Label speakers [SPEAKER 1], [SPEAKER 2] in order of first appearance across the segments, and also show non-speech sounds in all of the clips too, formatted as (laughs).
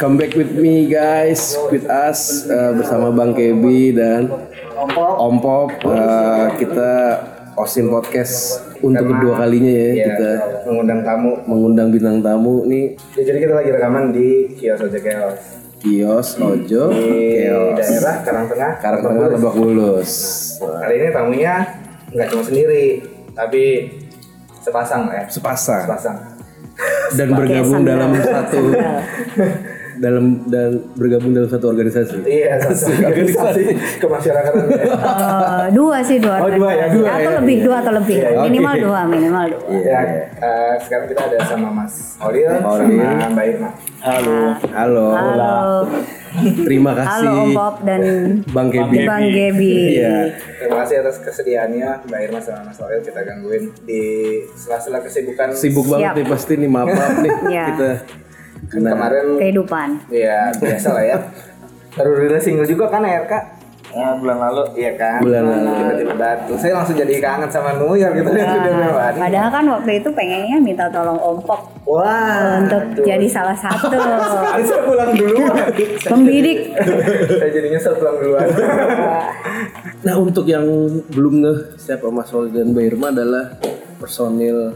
[SPEAKER 1] Come back with me guys, with us uh, bersama Bang Kebi dan Om Pop. Uh, kita Osim Podcast untuk kedua kalinya ya
[SPEAKER 2] Iya,
[SPEAKER 1] kita
[SPEAKER 2] mengundang tamu.
[SPEAKER 1] mengundang bintang tamu nih
[SPEAKER 2] Ya, jadi kita lagi rekaman di kios aja kios.
[SPEAKER 1] Kios Ojo
[SPEAKER 2] Di
[SPEAKER 1] Kios
[SPEAKER 2] daerah Karang Tengah.
[SPEAKER 1] Karang Tengah Lebak Bulus.
[SPEAKER 2] Hari ini tamunya nggak cuma sendiri, tapi sepasang lah ya.
[SPEAKER 1] Sepasang
[SPEAKER 2] Sepasang.
[SPEAKER 1] dan bergabung
[SPEAKER 3] (laughs)
[SPEAKER 1] dalam satu dalam dan bergabung dalam satu organisasi.
[SPEAKER 2] Iya, (laughs) sepasang.
[SPEAKER 1] (laughs)
[SPEAKER 2] Organisasi kemasyarakatan.
[SPEAKER 1] Iya.
[SPEAKER 3] Eh, dua sih dua
[SPEAKER 2] Oh, dua ya, dua
[SPEAKER 3] atau
[SPEAKER 2] ya.
[SPEAKER 3] lebih dua atau lebih
[SPEAKER 2] Iya,
[SPEAKER 1] oke.
[SPEAKER 3] minimal dua minimal dua
[SPEAKER 2] ya, eh, sekarang kita ada sama Mas Olil,
[SPEAKER 1] Olil.
[SPEAKER 2] sama Mbak Irma.
[SPEAKER 4] Halo.
[SPEAKER 1] Halo.
[SPEAKER 3] halo
[SPEAKER 1] Terima
[SPEAKER 3] halo
[SPEAKER 1] kasih
[SPEAKER 3] Om Bob dan
[SPEAKER 1] Bang Kebi.
[SPEAKER 3] Bang Gebi
[SPEAKER 1] Iya.
[SPEAKER 2] Terima kasih atas kesediaannya Mbak Irma sama Mas Olil kita gangguin di sela-sela kesibukan
[SPEAKER 1] Sibuk
[SPEAKER 3] Siap.
[SPEAKER 1] banget nih pasti nih maaf maaf nih
[SPEAKER 3] (laughs) Iya.
[SPEAKER 1] kita. Nah,
[SPEAKER 2] kemarin
[SPEAKER 3] kehidupan
[SPEAKER 2] Iya, biasa lah ya. Baru rilis single juga kan ya, Kak?
[SPEAKER 4] Ya, bulan lalu.
[SPEAKER 2] Iya kan?
[SPEAKER 1] Bulan lalu. Ah.
[SPEAKER 2] Tiba-tiba batu. Saya langsung jadi kangen sama New York gitu ya. Sudah berapa hari?
[SPEAKER 3] padahal kan waktu itu pengennya minta tolong Om Pop
[SPEAKER 2] Wah.
[SPEAKER 3] untuk
[SPEAKER 2] aduh.
[SPEAKER 3] jadi salah
[SPEAKER 2] (laughs)
[SPEAKER 3] satu
[SPEAKER 2] Sekali saya pulang dulu.
[SPEAKER 3] pembidik
[SPEAKER 2] saya jadinya saya pulang duluan.
[SPEAKER 1] nah untuk yang belum ngeh siapa Mas Oli dan Mbak Irma adalah personil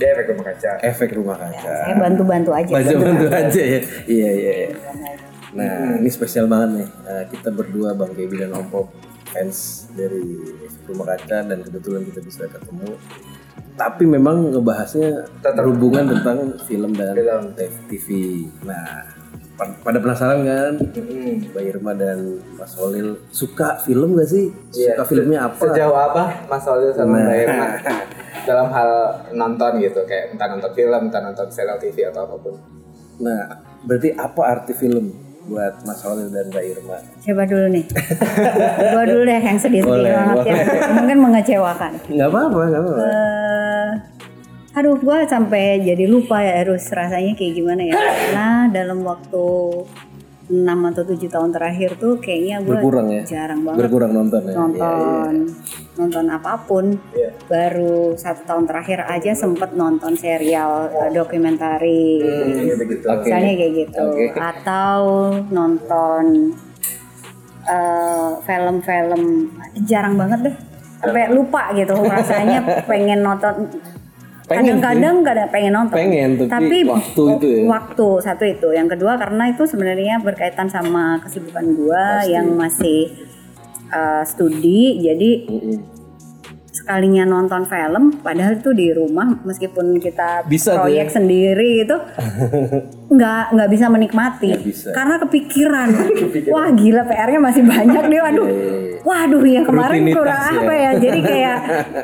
[SPEAKER 2] Dia efek rumah kaca.
[SPEAKER 1] efek rumah
[SPEAKER 2] Ya,
[SPEAKER 1] kaca.
[SPEAKER 2] Ah.
[SPEAKER 3] saya bantu bantu aja
[SPEAKER 1] Baca bantu aja ya. Iya iya. iya. Nah ini spesial banget nih. Nah, kita berdua Bang Kebi dan Om Pop fans dari Efek rumah kaca dan kebetulan kita bisa ketemu. Tapi memang ngebahasnya
[SPEAKER 2] Tetap.
[SPEAKER 1] berhubungan tentang film dan
[SPEAKER 2] Film.
[SPEAKER 1] TV. Nah pa- pada penasaran kan?
[SPEAKER 2] Hmm.
[SPEAKER 1] Mbak Irma dan Mas Holil suka film gak sih?
[SPEAKER 2] Iya.
[SPEAKER 1] Suka filmnya apa?
[SPEAKER 2] Sejauh apa Mas Olil sama Mbak
[SPEAKER 1] Nah.
[SPEAKER 2] Irma? dalam hal nonton gitu kayak entah nonton film, entah nonton serial TV atau apapun.
[SPEAKER 1] Nah, berarti apa arti film buat Mas Holil dan Mbak Irma?
[SPEAKER 3] Coba dulu
[SPEAKER 2] (laughs)
[SPEAKER 3] nih Gua dulu deh yang sedih-sedih
[SPEAKER 1] Boleh,
[SPEAKER 3] banget ya Mungkin mengecewakan
[SPEAKER 1] Nggak apa-apa, nggak apa-apa.
[SPEAKER 3] eh aduh gua sampai jadi lupa ya harus rasanya kayak gimana ya karena dalam waktu 6 atau 7 tahun terakhir tuh kayaknya gue
[SPEAKER 1] Berkurang ya?
[SPEAKER 3] jarang banget
[SPEAKER 1] Berkurang nonton ya.
[SPEAKER 3] nonton
[SPEAKER 1] Iya, iya.
[SPEAKER 3] nonton apapun
[SPEAKER 2] Iya.
[SPEAKER 3] baru satu tahun terakhir aja sempet nonton serial eh, dokumentari
[SPEAKER 1] Hmm.
[SPEAKER 2] Gitu gitu.
[SPEAKER 1] Oke.
[SPEAKER 3] misalnya kayak gitu
[SPEAKER 1] Oke.
[SPEAKER 3] atau nonton eh, film-film jarang banget deh sampai lupa gitu
[SPEAKER 1] (laughs)
[SPEAKER 3] rasanya pengen nonton
[SPEAKER 1] Pengen
[SPEAKER 3] kadang-kadang kadang pengen nonton
[SPEAKER 1] Iya. Pengen, tapi waktu itu ya.
[SPEAKER 3] waktu satu itu yang kedua karena itu sebenarnya berkaitan sama kesibukan gua yang masih eh, studi jadi
[SPEAKER 1] Mm-mm.
[SPEAKER 3] sekalinya nonton film padahal itu di rumah meskipun kita
[SPEAKER 1] Bisa tuh
[SPEAKER 3] proyek
[SPEAKER 1] ya.
[SPEAKER 3] sendiri
[SPEAKER 1] (laughs)
[SPEAKER 3] itu nggak nggak bisa menikmati
[SPEAKER 1] Nggak bisa.
[SPEAKER 3] karena
[SPEAKER 1] (laughs)
[SPEAKER 3] kepikiran wah gila PR-nya masih banyak deh waduh waduh yang kemarin
[SPEAKER 1] Iya, Rutinitas
[SPEAKER 3] kurang
[SPEAKER 1] ya.
[SPEAKER 3] apa ya
[SPEAKER 1] (laughs)
[SPEAKER 3] jadi kayak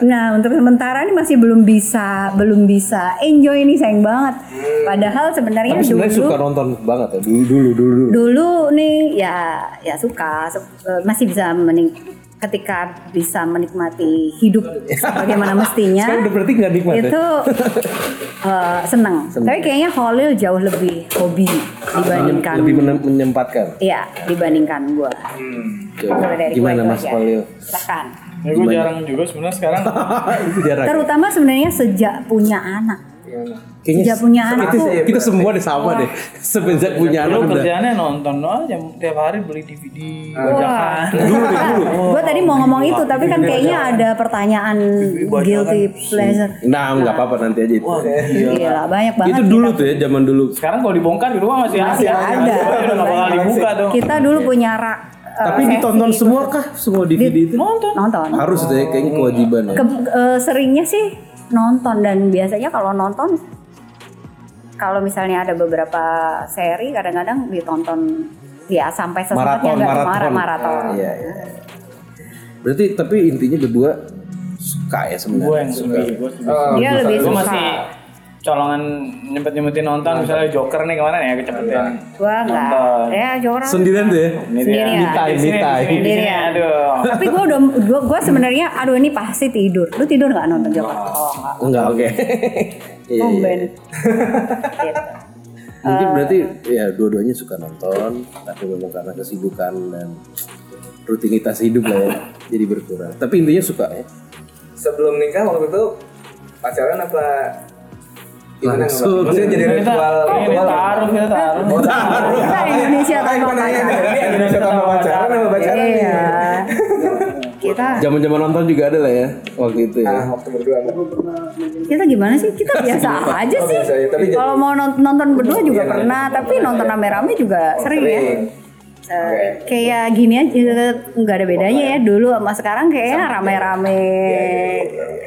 [SPEAKER 3] nah untuk sementara ini masih belum bisa belum bisa enjoy ini sayang banget padahal sebenarnya
[SPEAKER 1] Hmm. Tapi
[SPEAKER 3] dulu
[SPEAKER 1] sebenarnya suka nonton banget ya. Dulu dulu dulu. dulu.
[SPEAKER 3] dulu nih ya ya suka su- eh, masih bisa menik ketika bisa menikmati hidup bagaimana mestinya
[SPEAKER 1] Sekarang udah berarti nggak nikmat ya.
[SPEAKER 3] itu eh, seneng. Tapi kayaknya Holil jauh lebih hobi dibandingkan
[SPEAKER 1] Lebih menem- menyempatkan.
[SPEAKER 3] Iya, dibandingkan gua.
[SPEAKER 1] Coba.
[SPEAKER 3] Dari
[SPEAKER 1] Gimana
[SPEAKER 3] gua
[SPEAKER 1] Mas
[SPEAKER 3] aja.
[SPEAKER 1] Holil?
[SPEAKER 3] Tekan.
[SPEAKER 4] Ya, gue jarang juga sebenarnya sekarang.
[SPEAKER 1] Ah, Itu jarang.
[SPEAKER 3] Terutama sebenarnya sejak puenya anak.
[SPEAKER 2] Gimana?
[SPEAKER 3] Sejak punya anak
[SPEAKER 1] kita,
[SPEAKER 3] tuh
[SPEAKER 1] kita semua deh sama deh. Semenjak punya
[SPEAKER 4] Dulu
[SPEAKER 1] anak Iya, kan udah.
[SPEAKER 4] kerjaannya nonton aja tiap hari beli DVD
[SPEAKER 3] Wah.
[SPEAKER 4] bajakan.
[SPEAKER 3] Gue tadi mau ngomong itu, tapi kan kayaknya ada pertanyaan guilty pleasure.
[SPEAKER 1] Nah, nggak apa-apa nanti aja itu.
[SPEAKER 3] Gila, banyak banget.
[SPEAKER 1] itu dulu tuh ya zaman dulu.
[SPEAKER 4] Sekarang kalau dibongkar di rumah masih,
[SPEAKER 3] Masih ada.
[SPEAKER 4] Udah nggak bakal dibuka dong.
[SPEAKER 3] Kita dulu punya rak. eh,
[SPEAKER 1] Tapi kan
[SPEAKER 3] sesi
[SPEAKER 1] ditonton
[SPEAKER 3] itu.
[SPEAKER 1] semua kah semua DVD itu?
[SPEAKER 4] Nonton.
[SPEAKER 3] Nonton.
[SPEAKER 1] Harus deh kayaknya kewajiban ya.
[SPEAKER 3] Ke- eh, seringnya sih nonton dan biasanya kalau nonton kalau misalnya ada beberapa seri kadang-kadang ditonton ya sampai sesempatnya
[SPEAKER 1] Maraton,
[SPEAKER 3] nggak
[SPEAKER 1] maraton.
[SPEAKER 3] marah maraton.
[SPEAKER 1] Iya, iya. Berarti tapi intinya berdua suka
[SPEAKER 4] Gue
[SPEAKER 1] ya sebenarnya.
[SPEAKER 4] yang sendiri. Gue
[SPEAKER 2] Oh,
[SPEAKER 1] Iya.
[SPEAKER 3] Dia lebih
[SPEAKER 4] gue
[SPEAKER 3] suka.
[SPEAKER 4] masih
[SPEAKER 5] colongan nyempet nyempetin nonton misalnya Joker nih kemana ya kecepatan.
[SPEAKER 3] Gua nggak.
[SPEAKER 5] Nonton.
[SPEAKER 3] ya jorang.
[SPEAKER 1] Sendirian tuh ya?
[SPEAKER 3] Sendirian.
[SPEAKER 5] Di sini, di
[SPEAKER 2] Mitai.
[SPEAKER 5] sini, di sini.
[SPEAKER 3] Sendirian.
[SPEAKER 5] Aduh.
[SPEAKER 3] Tapi gua udah gua, gua sebenarnya aduh ini pasti tidur. Lu tidur nggak nonton Joker? Oh, nggak.
[SPEAKER 1] Enggak, (laughs) oke. Iya, iya, iya.
[SPEAKER 3] Tumben. gitu.
[SPEAKER 1] Mungkin berarti ya dua-duanya suka nonton, tapi memang karena kesibukan dan rutinitas hidup lah ya, jadi berkurang. Tapi intinya suka ya.
[SPEAKER 2] Sebelum nikah waktu itu pacaran apa gimana
[SPEAKER 1] Langsung.
[SPEAKER 2] ngebahas? Maksudnya jadi
[SPEAKER 5] Kita
[SPEAKER 2] ritual
[SPEAKER 5] ini
[SPEAKER 2] ritual. (laughs)
[SPEAKER 5] taruh, kita taruh.
[SPEAKER 3] Kita Indonesia
[SPEAKER 2] Makanya
[SPEAKER 3] tanpa
[SPEAKER 2] gua nanya nih,
[SPEAKER 3] pacaran.
[SPEAKER 2] ini Indonesia tanpa pacaran apa pacaran nih?
[SPEAKER 3] Iya.
[SPEAKER 1] ya.
[SPEAKER 3] Kita
[SPEAKER 1] Zaman-zaman nonton juga ada lah ya waktu itu
[SPEAKER 2] Nah,
[SPEAKER 1] ya.
[SPEAKER 2] waktu berdua nggak?
[SPEAKER 3] kita gimana sih? Kita biasa aja sih.
[SPEAKER 2] biasa aja, tapi jadi-
[SPEAKER 3] Kalau mau non- nonton berdua juga pernah, tapi nonton rame-rame juga sering ya.
[SPEAKER 2] Sering.
[SPEAKER 3] Eh, Kayak gini aja nggak ada bedanya ya dulu sama sekarang kayaknya rame-rame.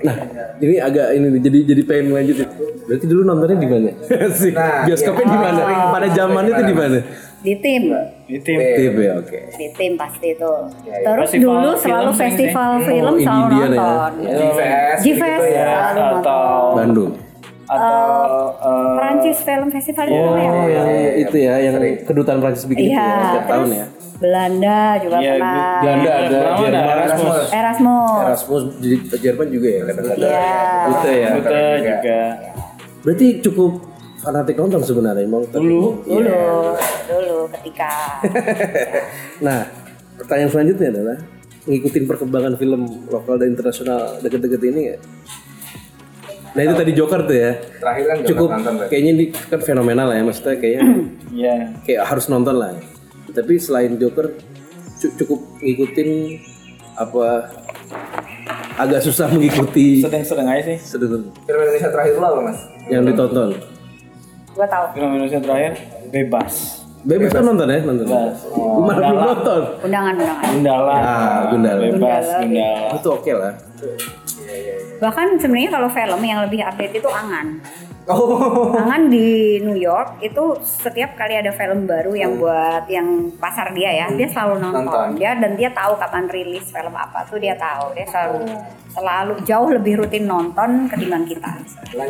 [SPEAKER 1] Nah, ini agak ini nih, jadi jadi pengen lanjutin. Berarti dulu nontonnya di (laughs) mana? iya. Sih.
[SPEAKER 2] Nah,
[SPEAKER 1] Bioskopnya di mana? Pada zamannya itu di mana?
[SPEAKER 3] Di tim,
[SPEAKER 5] Di tim.
[SPEAKER 1] TV, oke.
[SPEAKER 3] di tim pasti itu. Terus
[SPEAKER 5] Festival
[SPEAKER 3] dulu
[SPEAKER 5] film
[SPEAKER 3] selalu
[SPEAKER 5] sering sih.
[SPEAKER 3] festival
[SPEAKER 5] Oh,
[SPEAKER 3] film
[SPEAKER 1] ini
[SPEAKER 3] selalu
[SPEAKER 1] dia nih ya.
[SPEAKER 3] nonton.
[SPEAKER 2] G-Fest gitu
[SPEAKER 3] G-Fest
[SPEAKER 2] ya.
[SPEAKER 3] selalu nonton.
[SPEAKER 5] Atau
[SPEAKER 1] Bandung.
[SPEAKER 5] atau eh,
[SPEAKER 3] Prancis Film Festival itu apa ya?
[SPEAKER 1] Oh, yang itu ya, yang kedutaan Prancis bikin itu
[SPEAKER 3] Iya,
[SPEAKER 1] ya, setiap tahun
[SPEAKER 3] terus
[SPEAKER 1] ya.
[SPEAKER 3] Belanda juga
[SPEAKER 5] Iya,
[SPEAKER 3] pernah.
[SPEAKER 1] Belanda ada,
[SPEAKER 5] Belanda,
[SPEAKER 1] Jerman,
[SPEAKER 5] Erasmus.
[SPEAKER 3] Erasmus.
[SPEAKER 1] Erasmus di- Jerman juga ya kadang-kadang.
[SPEAKER 3] Iya.
[SPEAKER 1] Gitu ya.
[SPEAKER 5] Rute juga.
[SPEAKER 1] Berarti cukup fanatik nonton sebenarnya emang. tapi-
[SPEAKER 5] Dulu.
[SPEAKER 3] Dulu, dulu ketika
[SPEAKER 1] Nah, pertanyaan selanjutnya adalah ngikutin perkembangan film lokal dan internasional deket-deket ini nggak? Nah itu tadi Joker tuh ya.
[SPEAKER 2] Terakhir kan
[SPEAKER 1] Cukup
[SPEAKER 2] Jonas nonton berarti.
[SPEAKER 1] kayaknya ini kan fenomenal lah ya maksudnya kayaknya
[SPEAKER 5] Iya.
[SPEAKER 1] kayak harus nonton lah. ya. Tapi selain Joker cu- cukup ngikutin apa agak susah mengikuti
[SPEAKER 5] Sedang-sedang aja sih.
[SPEAKER 1] sedang-
[SPEAKER 2] Film Indonesia terakhir lo apa mas?
[SPEAKER 1] yang ditonton.
[SPEAKER 3] gua tahu
[SPEAKER 5] Film Indonesia terakhir bebas.
[SPEAKER 1] Bebas kan nonton ya nonton.
[SPEAKER 5] Bebas.
[SPEAKER 1] Gue (laughs) malah belum nonton.
[SPEAKER 3] undangan undangan.
[SPEAKER 5] Ya, Gundala.
[SPEAKER 1] Ah, Gundala.
[SPEAKER 5] Bebas Gundala.
[SPEAKER 1] Itu oke lah.
[SPEAKER 3] Bahkan sebenarnya kalau film yang lebih update itu Angan.
[SPEAKER 2] Oh,
[SPEAKER 3] Angan di New York itu setiap kali ada film baru yang buat yang pasar dia ya, dia selalu nonton.
[SPEAKER 2] Nonton.
[SPEAKER 3] Dia dan dia tahu kapan rilis film apa tuh dia tahu. Dia selalu selalu jauh lebih rutin nonton ketimbang kita.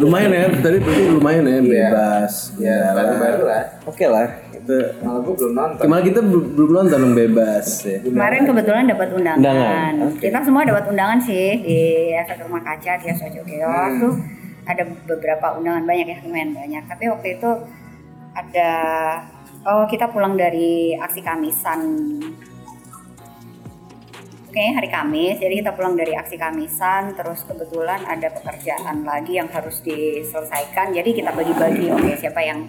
[SPEAKER 1] lumayan ya tadi berarti lumayan ya bebas
[SPEAKER 2] ya
[SPEAKER 1] Gundala.
[SPEAKER 2] baru-baru lah.
[SPEAKER 1] oke lah itu
[SPEAKER 2] Malah gue belum nonton.
[SPEAKER 1] kemarin kita bel- belum nonton yang bebas ya
[SPEAKER 3] Kemarin kebetulan dapat undangan.
[SPEAKER 1] Undangan, oke.
[SPEAKER 3] Kita semua dapat undangan sih di efek rumah kaca di Sojo Geos
[SPEAKER 1] Hmm.
[SPEAKER 3] tuh ada beberapa undangan banyak ya lumayan banyak. Tapi waktu itu ada oh kita pulang dari aksi Kamisan. Oke hari Kamis, jadi kita pulang dari aksi Kamisan, terus kebetulan ada pekerjaan lagi yang harus diselesaikan, jadi kita bagi-bagi, oke siapa yang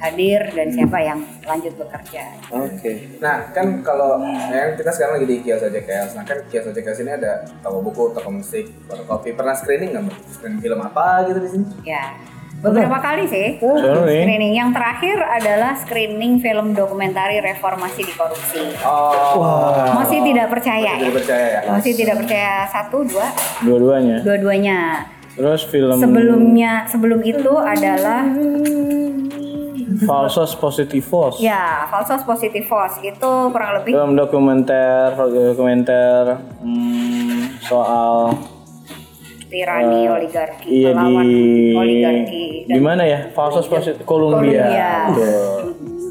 [SPEAKER 3] hadir dan siapa yang lanjut bekerja.
[SPEAKER 1] oke
[SPEAKER 2] Nah kan kalau ya, kita sekarang lagi di kios aja kios. Nah kan kios aja kios ini ada toko buku, toko musik, toko kopi. Pernah screening nggak mbak? Screening film apa gitu di sini?
[SPEAKER 3] Ya, beberapa kali sih. Screening yang terakhir adalah screening film dokumentari reformasi di korupsi.
[SPEAKER 2] Oh,
[SPEAKER 3] Masih tidak percaya
[SPEAKER 2] jadi
[SPEAKER 3] ya?
[SPEAKER 2] percaya ya.
[SPEAKER 3] Masih tidak percaya satu dua
[SPEAKER 5] Dua-duanya.
[SPEAKER 3] dua-duanya.
[SPEAKER 5] Terus film
[SPEAKER 3] Sebelumnya sebelum itu adalah
[SPEAKER 5] Falsos Positivos.
[SPEAKER 3] ya falsos positivos itu kurang lebih
[SPEAKER 5] Film dokumenter, dokumenter hmm, soal
[SPEAKER 3] tirani oligarki
[SPEAKER 5] iya di
[SPEAKER 3] melawan oligarki dan
[SPEAKER 5] di mana ya? Falsos Positivos Kolombia.
[SPEAKER 3] Kolombia.
[SPEAKER 5] Betul.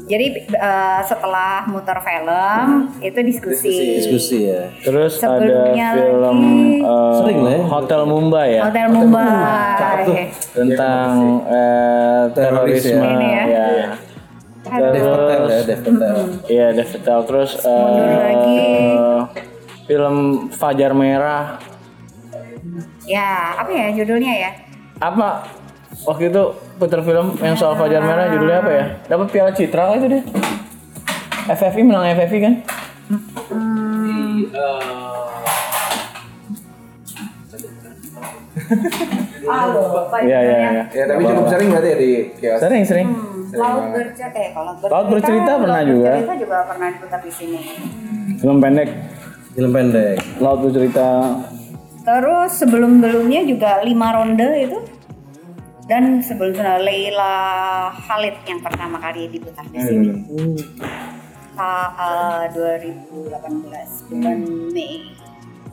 [SPEAKER 3] Jadi eh, setelah muter film itu diskusi.
[SPEAKER 1] diskusi ya
[SPEAKER 5] Terus
[SPEAKER 3] Sebelumnya
[SPEAKER 5] ada film
[SPEAKER 3] lagi-
[SPEAKER 5] eh,
[SPEAKER 1] Sering lah ya.
[SPEAKER 5] Hotel Mumbai ya.
[SPEAKER 3] Hotel Mumbai.
[SPEAKER 5] tentang eh,
[SPEAKER 1] Teroris ya.
[SPEAKER 5] terorisme
[SPEAKER 3] Ini ya.
[SPEAKER 5] ya.
[SPEAKER 1] Dev Patel ya Dev Patel
[SPEAKER 5] Iya, Dev Patel. Terus eh,
[SPEAKER 3] lagi.
[SPEAKER 5] film Fajar Merah
[SPEAKER 3] Ya, apa ya judulnya ya?
[SPEAKER 5] apa waktu itu putar film yang soal Fajar Merah judulnya apa ya? Dapat Piala Citra kah itu deh. FFI menang FFI kan?
[SPEAKER 3] Halo, Pak. Hmm.
[SPEAKER 5] Iya iya iya.
[SPEAKER 2] Ya tapi cukup sering berarti ya di kios.
[SPEAKER 5] Sering sering.
[SPEAKER 3] Laut bercerita, eh, kalau bercerita,
[SPEAKER 5] Laut bercerita pernah
[SPEAKER 3] Laut
[SPEAKER 5] juga.
[SPEAKER 3] Bercerita juga pernah diputar di sini.
[SPEAKER 5] Film pendek
[SPEAKER 1] film pendek
[SPEAKER 5] laut bercerita
[SPEAKER 3] Terus sebelum belumnya juga lima ronde itu, dan sebelum itu Leila Khalid yang pertama kali diputar di
[SPEAKER 5] Iya.
[SPEAKER 1] Hmm.
[SPEAKER 3] sini. Ta- eh, 2018 bulan Mei.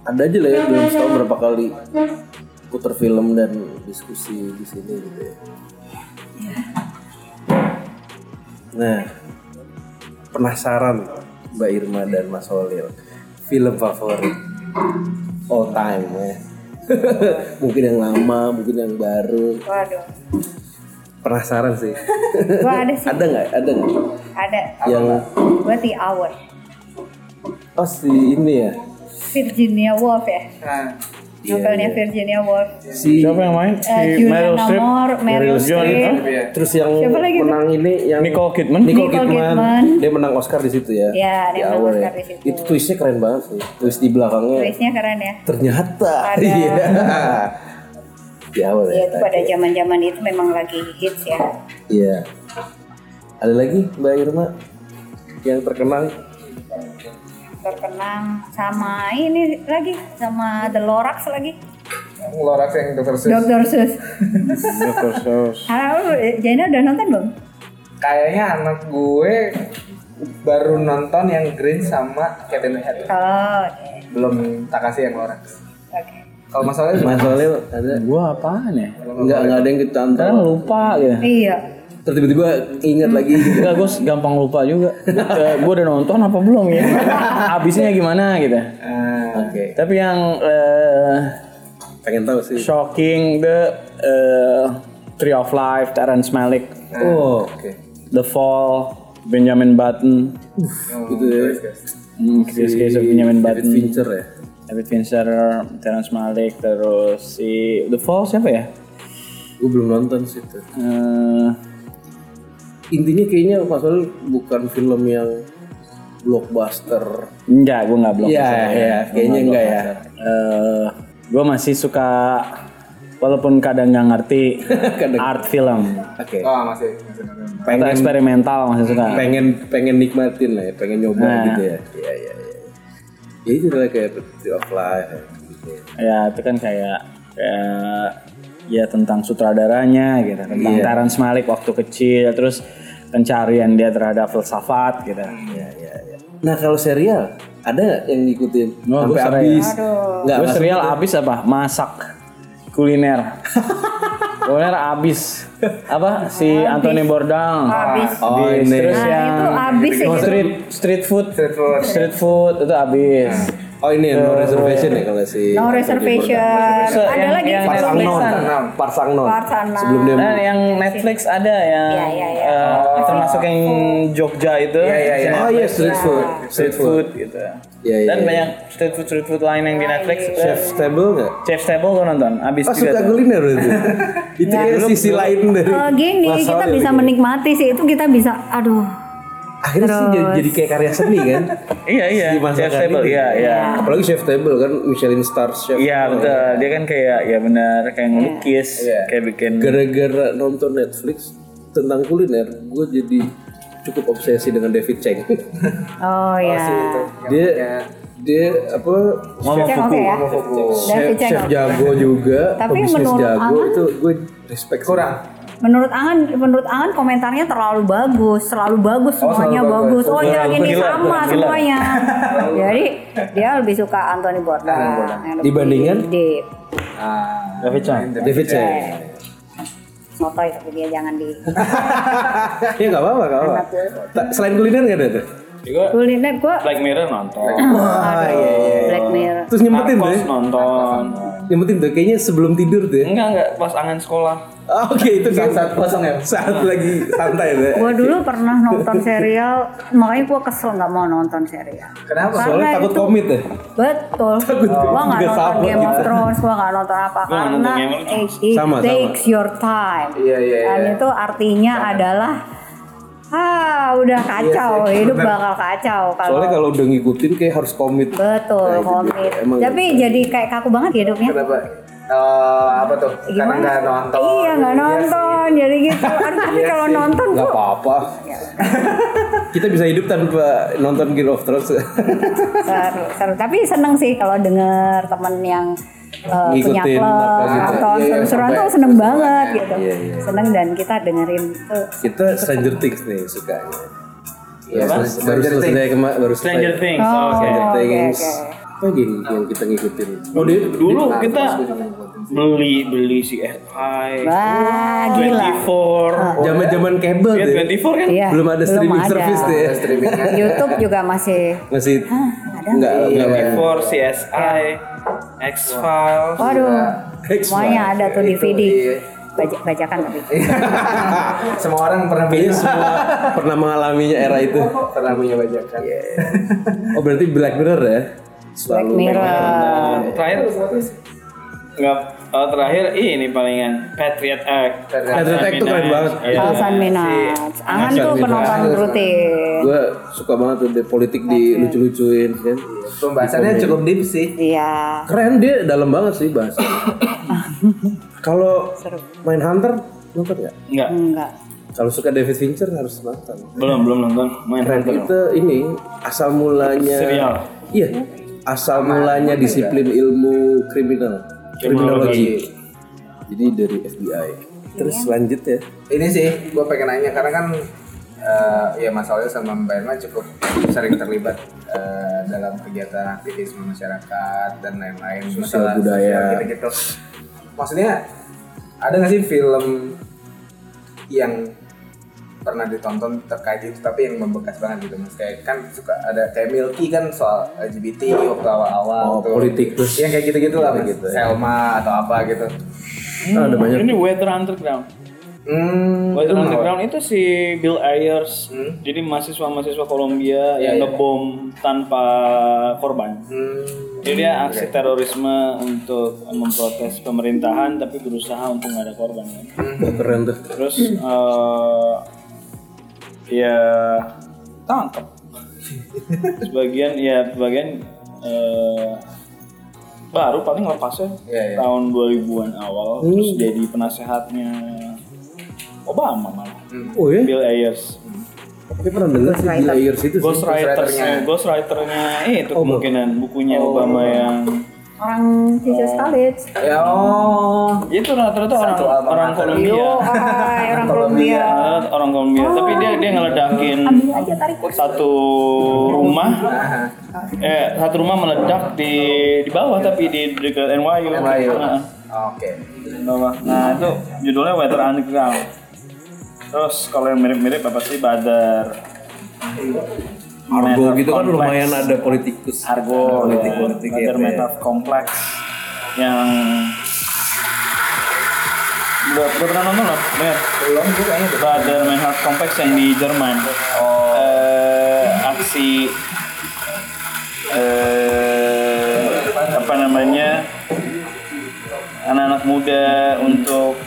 [SPEAKER 1] ada aja lah ya belum setahun berapa kali putar film dan diskusi di sini gitu ya.
[SPEAKER 3] Iya.
[SPEAKER 1] Nah, penasaran Mbak Irma dan Mas Holil film favorit all time ya. (laughs) mungkin yang lama, mungkin yang baru.
[SPEAKER 3] Waduh.
[SPEAKER 1] Penasaran sih.
[SPEAKER 3] Gua ada sih.
[SPEAKER 1] ada nggak? Ada nggak?
[SPEAKER 3] Ada.
[SPEAKER 1] Yang
[SPEAKER 3] Gua The Hour.
[SPEAKER 1] oh si ini ya.
[SPEAKER 3] Virginia Woolf ya.
[SPEAKER 2] Nah,
[SPEAKER 1] Iya, iya.
[SPEAKER 3] Novelnya Virginia Woolf.
[SPEAKER 1] Si
[SPEAKER 5] Siapa yang main?
[SPEAKER 3] Eh, Julianne Moore, Meryl
[SPEAKER 5] Streep,
[SPEAKER 3] Streep.
[SPEAKER 2] tapi ya.
[SPEAKER 1] Terus yang
[SPEAKER 3] Siapa lagi tuh?
[SPEAKER 1] menang ini yang
[SPEAKER 5] Nicole Kidman.
[SPEAKER 1] Nicole,
[SPEAKER 3] Nicole
[SPEAKER 1] Kidman.
[SPEAKER 3] Kidman.
[SPEAKER 1] Dia menang Oscar di situ ya.
[SPEAKER 3] Iya,
[SPEAKER 1] Di
[SPEAKER 3] dia menang
[SPEAKER 1] awal
[SPEAKER 3] Oscar di situ.
[SPEAKER 1] Itu twistnya keren banget sih. Twist di belakangnya
[SPEAKER 3] Tulisnya keren ya.
[SPEAKER 1] ternyata. (laughs)
[SPEAKER 3] Ada.
[SPEAKER 1] Iya. di awal
[SPEAKER 3] Ya itu
[SPEAKER 1] tadi.
[SPEAKER 3] pada zaman-zaman itu memang lagi hits ya.
[SPEAKER 1] Iya. Ada lagi Mbak Irma yang terkenal
[SPEAKER 3] Terkenang sama ini lagi sama The Lorax lagi.
[SPEAKER 2] Lorax yang dokter Seuss.
[SPEAKER 3] Dr. Seuss.
[SPEAKER 5] Dr. Seuss.
[SPEAKER 3] Halo, Jaina udah nonton belum?
[SPEAKER 2] Kayaknya anak gue baru nonton yang Green sama Cat in the Hat.
[SPEAKER 3] Oh,
[SPEAKER 2] Belum tak kasih yang Lorax.
[SPEAKER 3] oke.
[SPEAKER 2] Kalau masalahnya
[SPEAKER 1] Mas Walil ada
[SPEAKER 5] Gua apaan ya?
[SPEAKER 1] nggak nggak ada yang ketantang
[SPEAKER 5] Kadang lupa gitu.
[SPEAKER 3] Iya.
[SPEAKER 1] terus tiba-tiba ingat
[SPEAKER 3] Hmm.
[SPEAKER 1] lagi gitu.
[SPEAKER 5] Enggak, gue gampang lupa
[SPEAKER 1] (laughs)
[SPEAKER 5] juga. Eh, gue udah nonton apa belum ya? Abisnya gimana gitu.
[SPEAKER 2] Ah,
[SPEAKER 1] Oke,
[SPEAKER 5] Tapi yang eh,
[SPEAKER 1] pengen tahu sih.
[SPEAKER 5] shocking the eh, Tree of Life, Terrence Malick,
[SPEAKER 3] Ah,
[SPEAKER 1] Oh, oke.
[SPEAKER 5] The Fall, Benjamin Button,
[SPEAKER 1] Gitu ya.
[SPEAKER 5] hmm, Chris Case of Benjamin
[SPEAKER 1] David
[SPEAKER 5] Button,
[SPEAKER 1] Fincher ya.
[SPEAKER 5] David Fincher, Terrence Malick, terus si The Fall siapa ya?
[SPEAKER 1] Gue belum nonton sih itu.
[SPEAKER 5] Eh,
[SPEAKER 1] intinya kayaknya Mas Walil bukan film yang blockbuster.
[SPEAKER 5] enggak, gue nggak blok.
[SPEAKER 1] iya, kayaknya enggak ya.
[SPEAKER 5] gue masih suka walaupun kadang nggak ngerti
[SPEAKER 1] (laughs) Kadang-
[SPEAKER 5] art film
[SPEAKER 1] Oke.
[SPEAKER 2] Oh, masih. masih nonton.
[SPEAKER 5] atau
[SPEAKER 1] Pengen
[SPEAKER 5] eksperimental masih suka
[SPEAKER 1] pengen pengen nikmatin lah ya, pengen nyoba
[SPEAKER 5] Nah.
[SPEAKER 1] gitu ya. Iya, iya, iya. Ya itu lah kayak Tree of Life gitu ya.
[SPEAKER 5] ya itu kan kayak kayak ya tentang sutradaranya gitu tentang
[SPEAKER 1] Iya.
[SPEAKER 5] Terrence Malick waktu kecil terus pencarian dia terhadap filsafat gitu
[SPEAKER 1] Iya, iya, iya. Nah, kalau serial ada nggak yang ngikutin
[SPEAKER 5] Wah,
[SPEAKER 1] sampai
[SPEAKER 5] gua serial.
[SPEAKER 1] habis?
[SPEAKER 3] Aduh.
[SPEAKER 1] Nggak,
[SPEAKER 5] Gue
[SPEAKER 1] nggak
[SPEAKER 5] serial abis apa? Masak (laughs) kuliner. kuliner abis. Apa si Anthony Bourdain?
[SPEAKER 3] Abis.
[SPEAKER 1] Oh,
[SPEAKER 5] Abis.
[SPEAKER 1] ini.
[SPEAKER 5] Terus
[SPEAKER 3] Ah, Nah,
[SPEAKER 5] yang
[SPEAKER 3] itu abis ya.
[SPEAKER 5] street street food.
[SPEAKER 2] Street food.
[SPEAKER 5] Street food itu abis.
[SPEAKER 1] Oh ini ya, no reservation ya kalau si
[SPEAKER 3] No reservation. Ada
[SPEAKER 5] Yang-
[SPEAKER 3] lagi
[SPEAKER 5] yang
[SPEAKER 1] Parts
[SPEAKER 5] Netflix.
[SPEAKER 1] Unknown
[SPEAKER 2] Netflixan.
[SPEAKER 1] Parts Unknown
[SPEAKER 3] Parts Unknown.
[SPEAKER 1] Sebelum dia
[SPEAKER 5] Dan yang Netflix ada yang
[SPEAKER 3] Iya, iya, iya.
[SPEAKER 5] eh, termasuk yang Jogja itu.
[SPEAKER 2] Iya, iya, iya.
[SPEAKER 1] Oh iya street food
[SPEAKER 5] Street food gitu.
[SPEAKER 1] Iya, iya,
[SPEAKER 5] Dan
[SPEAKER 1] iya.
[SPEAKER 5] banyak street food street food lain yang di Netflix.
[SPEAKER 1] Chef table nggak?
[SPEAKER 5] Chef's Table gue nonton, abis
[SPEAKER 1] Oh suka
[SPEAKER 5] juga. tuh.
[SPEAKER 1] kuliner itu Itu kayak sisi lain dari
[SPEAKER 3] Eh, gini
[SPEAKER 1] Mas
[SPEAKER 3] kita
[SPEAKER 1] Holil
[SPEAKER 3] bisa
[SPEAKER 1] gitu.
[SPEAKER 3] menikmati sih itu kita bisa aduh
[SPEAKER 1] Akhirnya sih jadi, jadi kayak karya seni kan
[SPEAKER 3] (laughs)
[SPEAKER 5] Iya iya.
[SPEAKER 1] Si masakan
[SPEAKER 5] Chef's Table,
[SPEAKER 1] ini.
[SPEAKER 5] iya iya.
[SPEAKER 1] Apalagi chef table kan Michelin star chef
[SPEAKER 5] Iya betul, dia kan kayak ya benar kayak ngelukis,
[SPEAKER 2] Iya.
[SPEAKER 5] kayak bikin
[SPEAKER 1] Gara-gara nonton Netflix Tentang kuliner Gue jadi cukup obsesi dengan David
[SPEAKER 2] (laughs)
[SPEAKER 1] Cheng
[SPEAKER 3] oh ya
[SPEAKER 1] (laughs) Dia
[SPEAKER 2] Iya.
[SPEAKER 1] dia apa
[SPEAKER 5] ngomong
[SPEAKER 3] Cek,
[SPEAKER 5] fuku.
[SPEAKER 3] oke ya
[SPEAKER 2] Fokus.
[SPEAKER 3] David
[SPEAKER 1] chef,
[SPEAKER 3] Cheng
[SPEAKER 1] chef
[SPEAKER 3] oke.
[SPEAKER 1] jago juga
[SPEAKER 3] Tapi
[SPEAKER 1] pebisnis
[SPEAKER 3] menurut
[SPEAKER 1] jago
[SPEAKER 3] Angan-
[SPEAKER 1] itu gue respect
[SPEAKER 2] Kurang.
[SPEAKER 3] menurut Angan menurut Angan komentarnya terlalu bagus terlalu bagus
[SPEAKER 2] Oh,
[SPEAKER 3] semuanya
[SPEAKER 2] selalu
[SPEAKER 3] bagus,
[SPEAKER 2] bagus.
[SPEAKER 3] oh
[SPEAKER 5] Gila,
[SPEAKER 3] jangan ini
[SPEAKER 5] gila,
[SPEAKER 3] sama
[SPEAKER 5] gila.
[SPEAKER 3] semuanya jadi dia lebih suka Anthony Bourdain yang lebih
[SPEAKER 1] Dibandingkan?
[SPEAKER 3] gede.
[SPEAKER 2] Ah,
[SPEAKER 5] David Chang.
[SPEAKER 1] David (laughs) Cheng
[SPEAKER 3] sotoy tapi dia jangan di
[SPEAKER 1] ya nggak apa-apa nggak apa-apa Ta- selain kuliner nggak ada tuh
[SPEAKER 5] Juga
[SPEAKER 3] kuliner gue
[SPEAKER 5] Black Mirror nonton.
[SPEAKER 3] aduh Black Mirror
[SPEAKER 1] terus nyempetin tuh
[SPEAKER 5] Narcos
[SPEAKER 1] ya?
[SPEAKER 5] nonton.
[SPEAKER 1] nyempetin tuh kayaknya sebelum tidur tuh ya
[SPEAKER 5] Enggak enggak pas angan sekolah.
[SPEAKER 1] Ah, Oke itu kan
[SPEAKER 2] Saat-saat Hmm. kosong ya?
[SPEAKER 1] saat lagi santai ya. deh.
[SPEAKER 3] gue dulu pernah nonton serial makanya gue kesel nggak mau nonton serial
[SPEAKER 2] Kenapa?
[SPEAKER 1] Soalnya
[SPEAKER 3] Karena
[SPEAKER 1] takut
[SPEAKER 3] itu-
[SPEAKER 1] komit ya.
[SPEAKER 3] Betul. Gua nggak
[SPEAKER 1] juga
[SPEAKER 3] nonton
[SPEAKER 1] sama
[SPEAKER 3] Game of
[SPEAKER 1] kita.
[SPEAKER 3] Thrones, gua nggak nonton apa
[SPEAKER 5] Gua nggak
[SPEAKER 3] karena
[SPEAKER 5] nonton Game of
[SPEAKER 3] it, it
[SPEAKER 1] Sama, sama.
[SPEAKER 3] takes your time.
[SPEAKER 2] Iya, iya,
[SPEAKER 3] Dan
[SPEAKER 2] iya.
[SPEAKER 3] itu artinya adalah ah udah kacau,
[SPEAKER 2] sih,
[SPEAKER 3] hidup
[SPEAKER 2] bener.
[SPEAKER 3] bakal kacau kalau
[SPEAKER 1] Soalnya kalau udah ngikutin kayak harus komit.
[SPEAKER 3] betul
[SPEAKER 1] Nah, itu
[SPEAKER 3] komit.
[SPEAKER 1] dia, emang
[SPEAKER 3] Tapi
[SPEAKER 1] gitu.
[SPEAKER 3] jadi kayak kaku banget hidupnya.
[SPEAKER 2] Kenapa? Eh, apa tuh? Karena
[SPEAKER 3] Gimana?
[SPEAKER 2] nggak nonton.
[SPEAKER 3] Iya nggak
[SPEAKER 2] Iya
[SPEAKER 3] nonton, jadi gitu. Aduh, tapi
[SPEAKER 2] Iya
[SPEAKER 3] kalau
[SPEAKER 2] sih.
[SPEAKER 3] nonton
[SPEAKER 1] Gak
[SPEAKER 3] tuh
[SPEAKER 1] apa-apa. (laughs) Kita bisa hidup tanpa nonton Game of Thrones. (laughs)
[SPEAKER 3] seru, seru. Tapi seneng sih kalau denger temen yang uh, punya
[SPEAKER 1] Ngikutin
[SPEAKER 3] klub
[SPEAKER 1] apa gitu.
[SPEAKER 2] Iya, iya,
[SPEAKER 3] atau
[SPEAKER 2] sampai
[SPEAKER 3] seru-seruan tuh seneng
[SPEAKER 2] seru-seruan
[SPEAKER 3] banget
[SPEAKER 2] ya.
[SPEAKER 3] gitu.
[SPEAKER 1] Iya, iya.
[SPEAKER 3] Seneng dan kita dengerin tuh.
[SPEAKER 1] Kita Stranger Things nih sukanya.
[SPEAKER 2] Iya,
[SPEAKER 1] Baru-
[SPEAKER 2] Mas.
[SPEAKER 1] baru
[SPEAKER 2] Stranger
[SPEAKER 1] selesai
[SPEAKER 2] Things.
[SPEAKER 1] kema- baru selesai.
[SPEAKER 5] Stranger Things.
[SPEAKER 3] Oh,
[SPEAKER 5] oke. ya.
[SPEAKER 1] Stranger
[SPEAKER 3] oke,
[SPEAKER 1] Things.
[SPEAKER 3] oke.
[SPEAKER 1] Apa lagi yang yang kita ngikutin? Oh, dia
[SPEAKER 5] Dulu kita
[SPEAKER 2] Nonton.
[SPEAKER 5] beli beli si SI
[SPEAKER 3] Wah, gila.
[SPEAKER 5] 24
[SPEAKER 1] Zaman-zaman kabel
[SPEAKER 5] Iya,
[SPEAKER 1] tuh ya.
[SPEAKER 5] 24 kan
[SPEAKER 3] Iya.
[SPEAKER 1] Belum ada streaming service tuh ya.
[SPEAKER 3] YouTube juga masih
[SPEAKER 1] Masih
[SPEAKER 3] Hah, ada
[SPEAKER 1] enggak enggak banyak.
[SPEAKER 5] 24 CSI X Files
[SPEAKER 3] Waduh,
[SPEAKER 1] X-Files.
[SPEAKER 3] semuanya ada tuh
[SPEAKER 2] Itu,
[SPEAKER 3] DVD.
[SPEAKER 2] iya.
[SPEAKER 3] Baja- bajakan tapi.
[SPEAKER 2] Semua orang pernah
[SPEAKER 1] Kayaknya (laughs)
[SPEAKER 2] punya
[SPEAKER 1] semua pernah mengalaminya era itu.
[SPEAKER 3] Iya.
[SPEAKER 2] pernah punya bajakan.
[SPEAKER 1] Oh berarti Black Mirror ya?
[SPEAKER 3] Black
[SPEAKER 1] Selalu
[SPEAKER 3] Mirror.
[SPEAKER 5] terakhir nggak eh, terakhir ini palingan Patriot Act
[SPEAKER 1] Patriot Act tuh keren banget.
[SPEAKER 5] Iya.
[SPEAKER 3] Alasan minat. Angan tuh penonton rutin.
[SPEAKER 1] Gue suka banget tuh dia politik dilucu-lucuin kan.
[SPEAKER 2] Pembahasannya cukup deep sih.
[SPEAKER 3] Iya.
[SPEAKER 1] Keren dia dalam banget sih (coughs) bahasa. Kalau
[SPEAKER 3] Seru.
[SPEAKER 1] main Hunter nonton nggak?
[SPEAKER 5] nggak
[SPEAKER 3] Enggak.
[SPEAKER 1] Kalau suka David Fincher harus nonton.
[SPEAKER 5] belum belum nonton main
[SPEAKER 1] Keren itu ini asal mulanya
[SPEAKER 5] serial
[SPEAKER 1] Iya. Asal mulanya disiplin ilmu kriminal, kriminologi. Jadi dari FBI. Terus lanjut ya.
[SPEAKER 2] Ini sih gue pengen nanya karena kan eh, ya masalahnya sama Mbak Irma cukup sering terlibat eh, dalam kegiatan aktivisme masyarakat dan lain-lain masalah
[SPEAKER 1] budaya.
[SPEAKER 2] sosial gitu-gitu. Maksudnya ada nggak sih film yang pernah ditonton terkait itu tapi yang membekas banget gitu mas kayak kan suka ada kayak Milky kan soal LGBT waktu awal-awal
[SPEAKER 1] Oh, politik terus.
[SPEAKER 2] yang kayak gitu-gitu lah mas.
[SPEAKER 1] Gitu, ya.
[SPEAKER 2] Selma atau apa gitu
[SPEAKER 1] Ah, ada banyak.
[SPEAKER 5] ini Weather Underground
[SPEAKER 2] hmm, itu
[SPEAKER 5] Weather
[SPEAKER 2] mau-
[SPEAKER 5] Underground itu si Bill Ayers
[SPEAKER 2] Hmm.
[SPEAKER 5] jadi mahasiswa-mahasiswa Kolombia yang
[SPEAKER 2] iya.
[SPEAKER 5] ngebom tanpa korban
[SPEAKER 2] hmm.
[SPEAKER 5] Jadi dia aksi terorisme untuk memprotes pemerintahan tapi berusaha untuk nggak ada korban kan.
[SPEAKER 1] Wah, keren tuh.
[SPEAKER 5] Terus eh ya tangkap. Sebagian ya sebagian eh, baru paling lepasnya
[SPEAKER 2] Iya, iya.
[SPEAKER 5] tahun 2000-an awal terus jadi penasehatnya Obama malah.
[SPEAKER 1] Oh ya,
[SPEAKER 5] Bill Ayers.
[SPEAKER 1] tapi pernah dengar sih Bill Ayers itu sih.
[SPEAKER 5] Ghostwriternya, ghostwriternya eh, itu kemungkinan bukunya Obama yang
[SPEAKER 3] Orang Teachers College.
[SPEAKER 2] Ya, oh.
[SPEAKER 5] itu rata-rata orang
[SPEAKER 2] Satu alma
[SPEAKER 5] orang
[SPEAKER 2] mater.
[SPEAKER 5] Kolombia
[SPEAKER 3] Oh, hai, orang Kolombia.
[SPEAKER 5] Eh, orang Kolombia tapi dia dia ngeledakin satu rumah eh satu rumah meledak di di bawah tapi di dekat NYU,
[SPEAKER 2] NYU.
[SPEAKER 5] Nah,
[SPEAKER 2] Oke.
[SPEAKER 5] di bawah. nah itu judulnya Weather Underground terus kalau yang mirip-mirip apa sih Badar
[SPEAKER 1] Argo
[SPEAKER 5] Matter
[SPEAKER 1] gitu kan
[SPEAKER 5] Complex.
[SPEAKER 1] lumayan ada politikus.
[SPEAKER 5] Argo
[SPEAKER 1] politik
[SPEAKER 5] ya,
[SPEAKER 1] politik ya.
[SPEAKER 5] Mother Method Complex yang udah udah pernah nonton loh Mer?
[SPEAKER 2] Belum gue kayaknya udah.
[SPEAKER 5] Mother Method Complex yang di Jerman Eh, aksi eh, apa namanya anak-anak muda untuk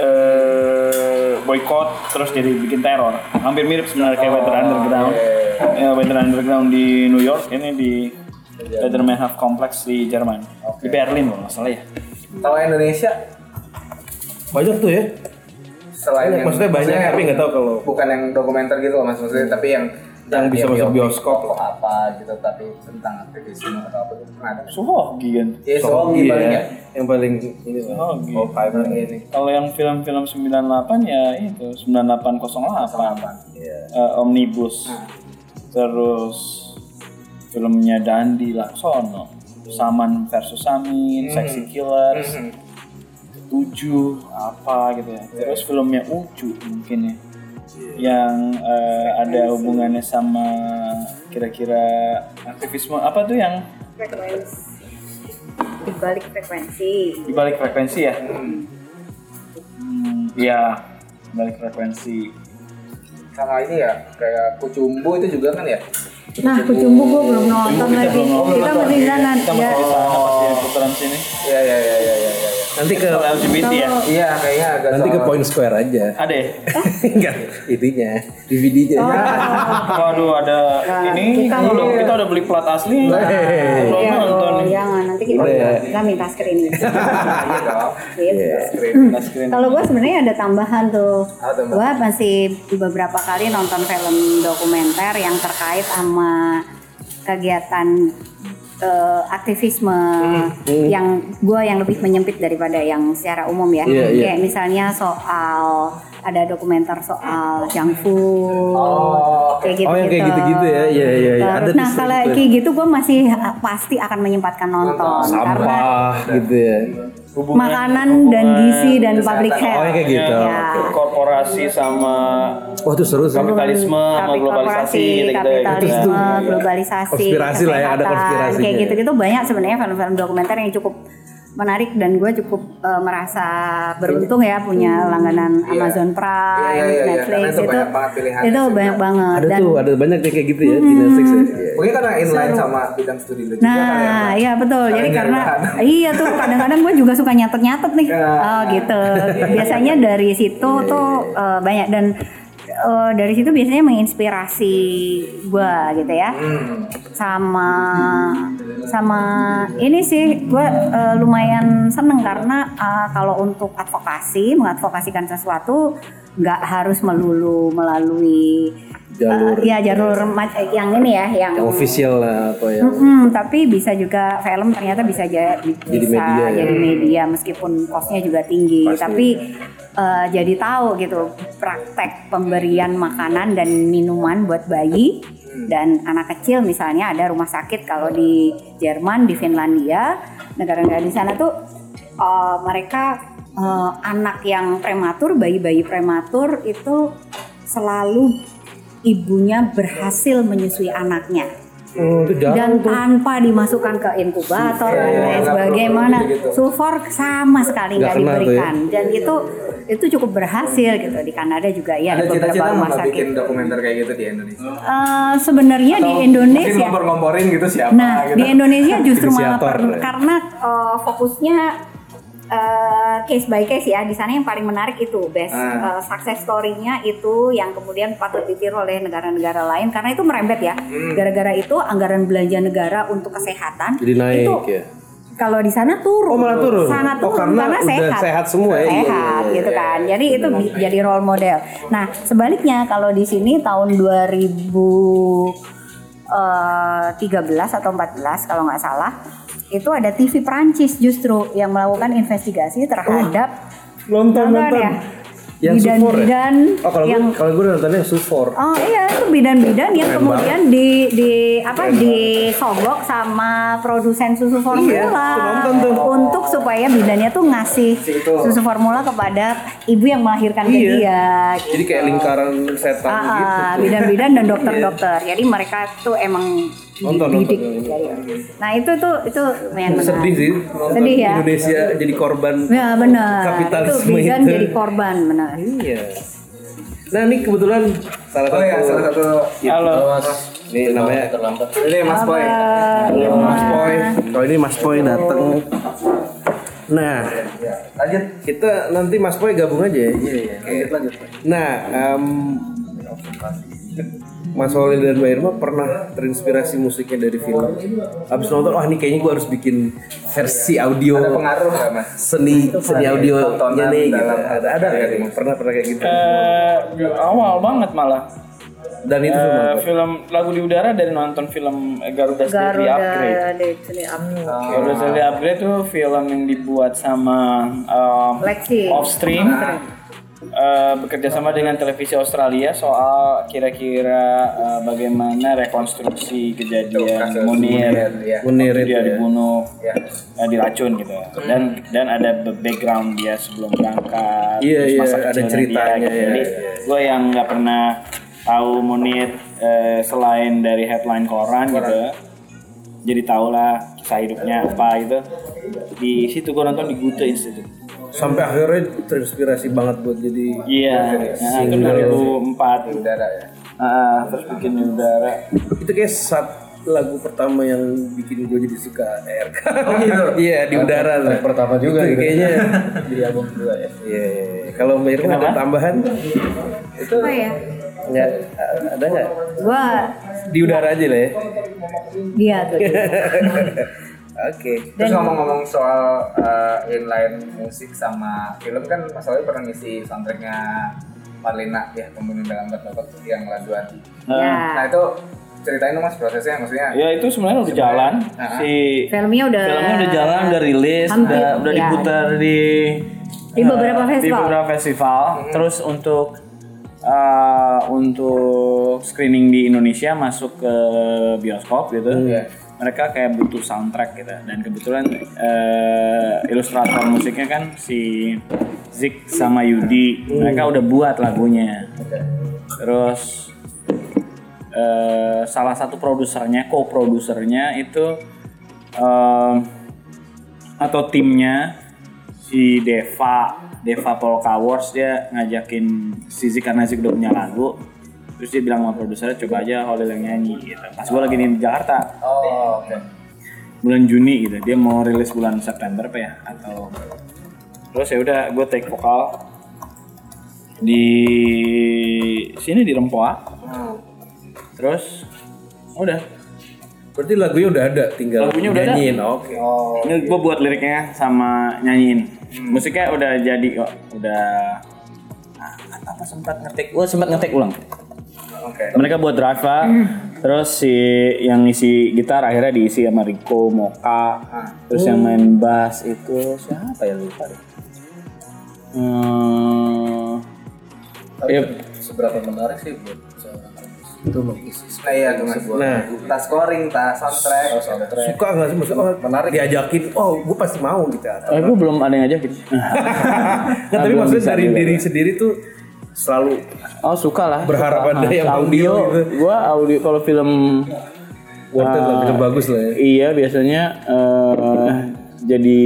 [SPEAKER 5] eh boykot terus jadi bikin teror hampir mirip sebenarnya kayak Weather Underground Ya, Weather Underground di New York ini di Weather Half Complex di Jerman di Berlin kalau nggak salah ya
[SPEAKER 2] Kalau Indonesia
[SPEAKER 1] Banyak tuh ya.
[SPEAKER 2] selain yang
[SPEAKER 1] Iya, Maksudnya banyak tapi nggak tahu kalau
[SPEAKER 2] bukan yang dokumenter gitu loh Mas maksudnya tapi yang
[SPEAKER 1] Yang bisa masuk
[SPEAKER 2] biopik
[SPEAKER 1] bioskop.
[SPEAKER 2] atau apa gitu tapi tentang aktivisme atau apa gitu pernah ada.
[SPEAKER 5] Suhoki kan
[SPEAKER 2] Ya soal
[SPEAKER 1] Iya,
[SPEAKER 2] gimana ya?
[SPEAKER 1] yang paling ini lah.
[SPEAKER 5] Suhoki
[SPEAKER 1] Oh, Fiverr ini.
[SPEAKER 5] kalau yang film-film 98 ya itu 9808
[SPEAKER 1] Iya.
[SPEAKER 5] Eh, Omnibus
[SPEAKER 2] Hmm. Nah,
[SPEAKER 5] terus filmnya Dandi Laksono Saman versus Samin Sexy Killers
[SPEAKER 1] Hmm.
[SPEAKER 5] tujuh apa gitu ya terus filmnya Ucu mungkin ya yang eh, ada hubungannya sama kira-kira aktivisme apa tuh yang
[SPEAKER 3] Frekuensi. Di balik frekuensi.
[SPEAKER 5] dibalik frekuensi ya hmm, ya balik frekuensi
[SPEAKER 2] Sama ini ya kayak Kucumbu itu juga kan ya?
[SPEAKER 3] Nah, kucumbu gue belum nonton
[SPEAKER 5] Kita
[SPEAKER 3] lagi.
[SPEAKER 5] belum nonton.
[SPEAKER 3] Kita masih di sana.
[SPEAKER 5] kita
[SPEAKER 3] Ya.
[SPEAKER 5] masih di sana pasti ya, putaran sini
[SPEAKER 2] Iya iya iya iya iya. iya, iya.
[SPEAKER 1] Nanti ke
[SPEAKER 5] soal LGBT ya
[SPEAKER 3] Kalau-
[SPEAKER 2] Iya kayaknya agak
[SPEAKER 1] nanti ke
[SPEAKER 2] soal-
[SPEAKER 1] Point Square aja.
[SPEAKER 5] ada ya
[SPEAKER 1] (laughs) Enggak, itunya DVD-nya.
[SPEAKER 3] Oh,
[SPEAKER 5] waduh ada ini
[SPEAKER 3] Nah, kita Nah,
[SPEAKER 5] kita udah, kita udah beli plat
[SPEAKER 1] Hey.
[SPEAKER 5] asli belum
[SPEAKER 3] Iya,
[SPEAKER 5] nonton
[SPEAKER 3] dong,
[SPEAKER 5] nih
[SPEAKER 3] jangan nanti kita, kita minta
[SPEAKER 5] (laughs)
[SPEAKER 3] screening.
[SPEAKER 2] Iya
[SPEAKER 1] (laughs)
[SPEAKER 2] dong.
[SPEAKER 3] Gitu.
[SPEAKER 5] Kita screen.
[SPEAKER 3] Kalau gue sebenarnya ada tambahan tuh.
[SPEAKER 2] Apa tuh, Mbak?
[SPEAKER 3] Gue masih beberapa kali nonton film dokumenter yang terkait sama kegiatan eh, aktivisme
[SPEAKER 1] Hmm,
[SPEAKER 3] yang gue yang lebih menyempit daripada yang secara umum ya.
[SPEAKER 1] Iya, iya.
[SPEAKER 3] Kayak misalnya soal ada dokumenter soal junk food
[SPEAKER 2] Oh, oke.
[SPEAKER 1] Oh, yang kayak gitu-gitu ya. Iya, iya, iya. Ada
[SPEAKER 3] Terus,
[SPEAKER 1] tuh
[SPEAKER 3] nah kalau
[SPEAKER 1] gitu.
[SPEAKER 3] kayak gitu gue masih ah, pasti akan menyempatkan nonton karena
[SPEAKER 1] sampah gitu ya.
[SPEAKER 5] Hubungan-
[SPEAKER 3] makanan dan
[SPEAKER 5] hubungan
[SPEAKER 3] gizi dan
[SPEAKER 2] kesehatan.
[SPEAKER 3] public health
[SPEAKER 1] Oh, yang kayak gitu.
[SPEAKER 3] Ya.
[SPEAKER 5] korporasi sama
[SPEAKER 1] Wah, itu seru sih.
[SPEAKER 5] kapitalisme sama
[SPEAKER 3] Kapi-
[SPEAKER 5] globalisasi
[SPEAKER 3] korporasi,
[SPEAKER 5] gitu-gitu ya.
[SPEAKER 1] Itu
[SPEAKER 3] kapitalisme,
[SPEAKER 1] tuh
[SPEAKER 3] globalisasi,
[SPEAKER 1] konspirasi lah ya, ada
[SPEAKER 3] kesehatan,
[SPEAKER 1] konspirasinya
[SPEAKER 3] kayak
[SPEAKER 1] ya.
[SPEAKER 3] gitu-gitu banyak sebenarnya film-film dokumenter yang cukup menarik dan gue cukup eh, merasa beruntung ya punya langganan
[SPEAKER 2] Iya.
[SPEAKER 3] Amazon
[SPEAKER 2] Iya,
[SPEAKER 3] Prime,
[SPEAKER 2] iya, iya, iya.
[SPEAKER 3] Netflix
[SPEAKER 2] Karena itu banyak banget pilihannya
[SPEAKER 3] itu
[SPEAKER 2] sebenarnya.
[SPEAKER 3] banyak banget
[SPEAKER 1] Ada
[SPEAKER 3] dan
[SPEAKER 1] tuh, ada banyak yang kayak gitu ya di Netflix ya. Iya.
[SPEAKER 2] Mungkin karena inline sama bidang studi lu juga kali ya,
[SPEAKER 3] Nah,
[SPEAKER 2] Mbak? kan.
[SPEAKER 3] iya betul.
[SPEAKER 2] Karena
[SPEAKER 3] Jadi
[SPEAKER 2] nyari
[SPEAKER 3] karena
[SPEAKER 2] bahan.
[SPEAKER 3] iya tuh kadang-kadang gue juga suka nyatet-nyatet nih.
[SPEAKER 2] Ya.
[SPEAKER 3] Oh, gitu. Biasanya dari situ
[SPEAKER 2] Iya,
[SPEAKER 3] tuh eh, banyak dan eh, dari situ biasanya menginspirasi gue gitu ya.
[SPEAKER 2] Hmm.
[SPEAKER 3] Sama sama ini sih gue eh, lumayan seneng karena eh, kalau untuk advokasi mengadvokasikan sesuatu nggak harus melulu melalui
[SPEAKER 1] Jalur.
[SPEAKER 3] eh, ya jalur ma- eh, yang ini ya yang
[SPEAKER 1] Yang official lah ya. atau yang
[SPEAKER 3] Mm-mm, tapi bisa juga film ternyata bisa jadi
[SPEAKER 1] Jadi media ya.
[SPEAKER 3] jadi media meskipun costnya juga tinggi
[SPEAKER 1] Pasti.
[SPEAKER 3] tapi eh, jadi tahu gitu praktek pemberian makanan dan minuman buat bayi
[SPEAKER 1] Hmm.
[SPEAKER 3] dan anak kecil misalnya ada rumah sakit kalau di Jerman di Finlandia negara-negara di sana tuh eh, mereka eh, anak yang prematur bayi-bayi prematur itu selalu ibunya berhasil menyusui anaknya
[SPEAKER 1] Oh, itu jarang.
[SPEAKER 3] dan tanpa dimasukkan ke inkubator
[SPEAKER 2] Iya, iya, gitu.
[SPEAKER 3] dan lain
[SPEAKER 2] nggak perlu
[SPEAKER 3] sebagaimana
[SPEAKER 2] gitu-gitu.
[SPEAKER 3] sulfur sama
[SPEAKER 1] Nggak
[SPEAKER 3] sekali
[SPEAKER 1] kena
[SPEAKER 3] nggak
[SPEAKER 1] tuh ya.
[SPEAKER 3] diberikan dan itu itu cukup berhasil gitu di Kanada juga ya
[SPEAKER 2] Ada
[SPEAKER 3] ada beberapa
[SPEAKER 2] cita-cita
[SPEAKER 3] rumah
[SPEAKER 2] nggak
[SPEAKER 3] sakit
[SPEAKER 2] bikin dokumenter kayak gitu di Indonesia?
[SPEAKER 3] Eh, sebenarnya di
[SPEAKER 2] Atau Mungkin
[SPEAKER 3] Indonesia
[SPEAKER 2] ngompor-ngomporin gitu siapa
[SPEAKER 3] nah
[SPEAKER 2] gitu.
[SPEAKER 3] di
[SPEAKER 1] (laughs)
[SPEAKER 3] Indonesia justru malah
[SPEAKER 1] Inisiator,
[SPEAKER 3] per-
[SPEAKER 1] ya.
[SPEAKER 3] karena eh, fokusnya eh, case by case ya di sana yang paling menarik itu best
[SPEAKER 2] Ah.
[SPEAKER 3] eh, success story-nya itu yang kemudian patut ditiru oleh negara-negara lain karena itu merembet ya gara-gara itu anggaran belanja negara untuk kesehatan
[SPEAKER 1] Hmm. Jadi naik
[SPEAKER 3] itu
[SPEAKER 1] ya.
[SPEAKER 3] kalau di sana
[SPEAKER 1] Oh,
[SPEAKER 3] turun,
[SPEAKER 1] malah turun?
[SPEAKER 3] sangat
[SPEAKER 1] Oh,
[SPEAKER 3] turun
[SPEAKER 1] karena
[SPEAKER 3] karena,
[SPEAKER 1] udah
[SPEAKER 3] sehat,
[SPEAKER 1] sehat semua ya?
[SPEAKER 3] sehat
[SPEAKER 1] Iya, iya, iya,
[SPEAKER 3] gitu kan. Jadi itu bi- jadi role model. Nah sebaliknya kalau di sini tahun 2013 eh, atau 14 kalau nggak salah itu ada TV Prancis justru yang melakukan investigasi terhadap
[SPEAKER 1] Nonton,
[SPEAKER 3] Nonton
[SPEAKER 1] nonton.
[SPEAKER 3] ya?
[SPEAKER 1] Oh. Yang
[SPEAKER 3] Bidan-
[SPEAKER 1] sufor ya?
[SPEAKER 3] bidan
[SPEAKER 1] Oh, kalau gue
[SPEAKER 3] yang-
[SPEAKER 1] kalau gue nontonnya yang sufor.
[SPEAKER 3] Oh iya itu bidan-bidan yang
[SPEAKER 1] Keren
[SPEAKER 3] kemudian di di apa disogok sama produsen susu
[SPEAKER 1] Iya,
[SPEAKER 3] formula
[SPEAKER 1] aku nonton tuh.
[SPEAKER 3] untuk supaya bidannya tuh ngasih
[SPEAKER 2] Situ.
[SPEAKER 3] susu formula kepada ibu yang melahirkan ke
[SPEAKER 1] Iya.
[SPEAKER 3] dia. gitu.
[SPEAKER 1] Jadi kayak lingkaran setan gitu.
[SPEAKER 3] Ah,
[SPEAKER 1] Iya.
[SPEAKER 3] ah, bidan-bidan dan dokter-dokter. Jadi mereka tuh emang
[SPEAKER 1] Nonton,
[SPEAKER 3] dididik.
[SPEAKER 1] nonton.
[SPEAKER 3] Jadi- Nah itu tuh itu lumayan menarik.
[SPEAKER 1] Sedih sih nonton
[SPEAKER 3] Sedih ya.
[SPEAKER 1] Indonesia jadi korban
[SPEAKER 3] Ya benar. Itu
[SPEAKER 1] kapitalisme itu.
[SPEAKER 3] bidan jadi korban benar.
[SPEAKER 1] Iya. Nah, ini kebetulan salah
[SPEAKER 2] Oh
[SPEAKER 1] satu
[SPEAKER 2] ya, salah satu
[SPEAKER 3] Iya.
[SPEAKER 5] Halo.
[SPEAKER 1] Ini namanya
[SPEAKER 2] ini Mas Boy.
[SPEAKER 1] Halo, Mas Boy. Kalau ini Mas Boy datang. Nah,
[SPEAKER 2] Ya, Lanjut.
[SPEAKER 1] kita nanti Mas Boy gabung aja ya.
[SPEAKER 2] Iya, iya. Lanjut, lanjut.
[SPEAKER 1] Nah, em, Mas Holil dan Mbak Irma pernah terinspirasi musiknya dari film. Abis nonton, wah ini kayaknya gue harus bikin versi audio
[SPEAKER 2] Ada pengaruh nggak Mas?
[SPEAKER 1] seni seni audio
[SPEAKER 2] tontonan
[SPEAKER 1] nih gitu.
[SPEAKER 2] dalam
[SPEAKER 1] Ada ada nggak
[SPEAKER 2] karya
[SPEAKER 1] sih? pernah pernah kayak gitu.
[SPEAKER 5] Eh, awal banget malah.
[SPEAKER 1] Dan
[SPEAKER 3] Iya,
[SPEAKER 1] itu
[SPEAKER 5] Eh,
[SPEAKER 1] semua.
[SPEAKER 5] film lagu di udara dari nonton film Garuda Steady Upgrade.
[SPEAKER 3] Garuda Destiny Upgrade.
[SPEAKER 5] Garuda Steady Upgrade tuh film yang dibuat sama eh,
[SPEAKER 3] Lexi.
[SPEAKER 1] Oh,
[SPEAKER 5] Offstream eh, bekerja sama dengan televisi Australia soal kira-kira eh, bagaimana rekonstruksi kejadian
[SPEAKER 2] kasus
[SPEAKER 5] Munir
[SPEAKER 2] Munir, ya.
[SPEAKER 1] Munir
[SPEAKER 5] waktu
[SPEAKER 1] itu
[SPEAKER 5] dia
[SPEAKER 1] ya. Hmm.
[SPEAKER 5] dibunuh
[SPEAKER 2] Ya.
[SPEAKER 5] eh, diracun gitu dan dan ada be- background dia sebelum berangkat
[SPEAKER 1] Iya,
[SPEAKER 5] terus
[SPEAKER 1] iya,
[SPEAKER 5] masa
[SPEAKER 1] ada
[SPEAKER 5] kecilnya dia,
[SPEAKER 1] ceritanya,
[SPEAKER 5] gitu.
[SPEAKER 1] iya,
[SPEAKER 5] jadi
[SPEAKER 1] iya.
[SPEAKER 5] gue yang nggak pernah tahu Munir eh, selain dari headline koran gitu jadi tau lah kisah hidupnya apa gitu di situ gue nonton di Goethe Institute
[SPEAKER 1] Sampai akhirnya terinspirasi banget buat jadi
[SPEAKER 5] Iya, nah, itu
[SPEAKER 1] Single.
[SPEAKER 5] 2004
[SPEAKER 2] Udara ya.
[SPEAKER 5] Ah, terus bikin di udara.
[SPEAKER 1] itu kayak saat lagu pertama yang bikin gue jadi suka ARK.
[SPEAKER 2] Oh, gitu?
[SPEAKER 1] (laughs) Iya di udara tuh.
[SPEAKER 6] pertama juga gitu.
[SPEAKER 1] Itu kayaknya.
[SPEAKER 6] Di album kedua ya.
[SPEAKER 1] Iya. Kalau Mbak Irma ada
[SPEAKER 5] Kenapa?
[SPEAKER 1] tambahan?
[SPEAKER 3] Apa ya?
[SPEAKER 1] Nggak ada nggak?
[SPEAKER 3] Gua
[SPEAKER 1] Di udara aja lah ya.
[SPEAKER 3] dia tuh. dia.
[SPEAKER 1] Oke.
[SPEAKER 2] Terus ngomong-ngomong soal uh, inline musik sama film kan Mas Oli pernah ngisi soundtracknya Marlina ya pembunuh dalam bertobat yang laduan. Nah
[SPEAKER 3] Ya.
[SPEAKER 2] itu ceritain dong mas prosesnya maksudnya.
[SPEAKER 3] Iya.
[SPEAKER 5] Ya itu sebenarnya udah jalan.
[SPEAKER 2] Ah.
[SPEAKER 5] Si
[SPEAKER 3] Filmnya udah
[SPEAKER 5] filmnya udah jalan, udah rilis,
[SPEAKER 3] Hampir,
[SPEAKER 5] udah udah
[SPEAKER 3] ya.
[SPEAKER 5] diputar di
[SPEAKER 3] Di beberapa
[SPEAKER 5] Eh, Di
[SPEAKER 3] festival?
[SPEAKER 5] beberapa festival. Terus untuk eh, untuk screening di Indonesia masuk ke bioskop gitu.
[SPEAKER 2] Iya.
[SPEAKER 5] Mereka kayak butuh soundtrack gitu dan kebetulan eh, ilustrator musiknya kan si Zik sama Yudi. Mereka udah buat lagunya. Terus eh, salah satu produsernya, co-produsernya itu eh, em, atau timnya si Deva, Deva Polka Wars dia ngajakin si Zik karena Zik udah punya lagu. Terus dia bilang sama produsernya coba aja Holil yang nyanyi gitu. Pas gue lagi di Jakarta
[SPEAKER 2] Oh, oke.
[SPEAKER 5] bulan Juni gitu. Dia mau rilis bulan September apa ya atau terus ya udah gue take vokal di sini di Rempoa.
[SPEAKER 2] Hmm.
[SPEAKER 5] Terus udah
[SPEAKER 1] Berarti lagunya udah ada, tinggal
[SPEAKER 5] Lagunya udah ada.
[SPEAKER 1] nyanyiin. Oke.
[SPEAKER 2] Oh,
[SPEAKER 5] Ini gue buat liriknya sama nyanyiin.
[SPEAKER 1] Hmm.
[SPEAKER 5] Musiknya udah jadi kok, udah. Ah, apa sempat ngetik? Gue sempat ngetik ulang.
[SPEAKER 2] oke.
[SPEAKER 5] Mereka buat Rafa,
[SPEAKER 1] Hmm.
[SPEAKER 5] terus si yang isi gitar akhirnya diisi sama
[SPEAKER 1] Ah.
[SPEAKER 5] Rico, Moka, terus
[SPEAKER 1] Hmm.
[SPEAKER 5] yang main bass itu siapa ya lupa deh. Hmm, ya,
[SPEAKER 6] Seberapa menarik sih buat seorang artis?
[SPEAKER 1] Itu mengisi.
[SPEAKER 2] Nah, iya tuh mas.
[SPEAKER 1] Nah. Oh,
[SPEAKER 2] tas scoring, tas soundtrack.
[SPEAKER 1] Suka nggak sih maksudnya? Oh, menarik. Diajakin, oh gue pasti mau gitu. Atau,
[SPEAKER 5] eh, gue belum ada yang
[SPEAKER 1] (laughs)
[SPEAKER 5] ngajakin.
[SPEAKER 1] Nggak, tapi
[SPEAKER 5] belum
[SPEAKER 1] maksudnya
[SPEAKER 5] bisa
[SPEAKER 1] dari
[SPEAKER 5] juga.
[SPEAKER 1] diri sendiri tuh selalu
[SPEAKER 5] Oh suka lah.
[SPEAKER 1] Berharap
[SPEAKER 5] Suka.
[SPEAKER 1] ada yang
[SPEAKER 5] audio.
[SPEAKER 1] audio gitu.
[SPEAKER 5] Gue audio kalau film
[SPEAKER 1] worth it lah, film bagus lah ya.
[SPEAKER 5] Iya biasanya eh, jadi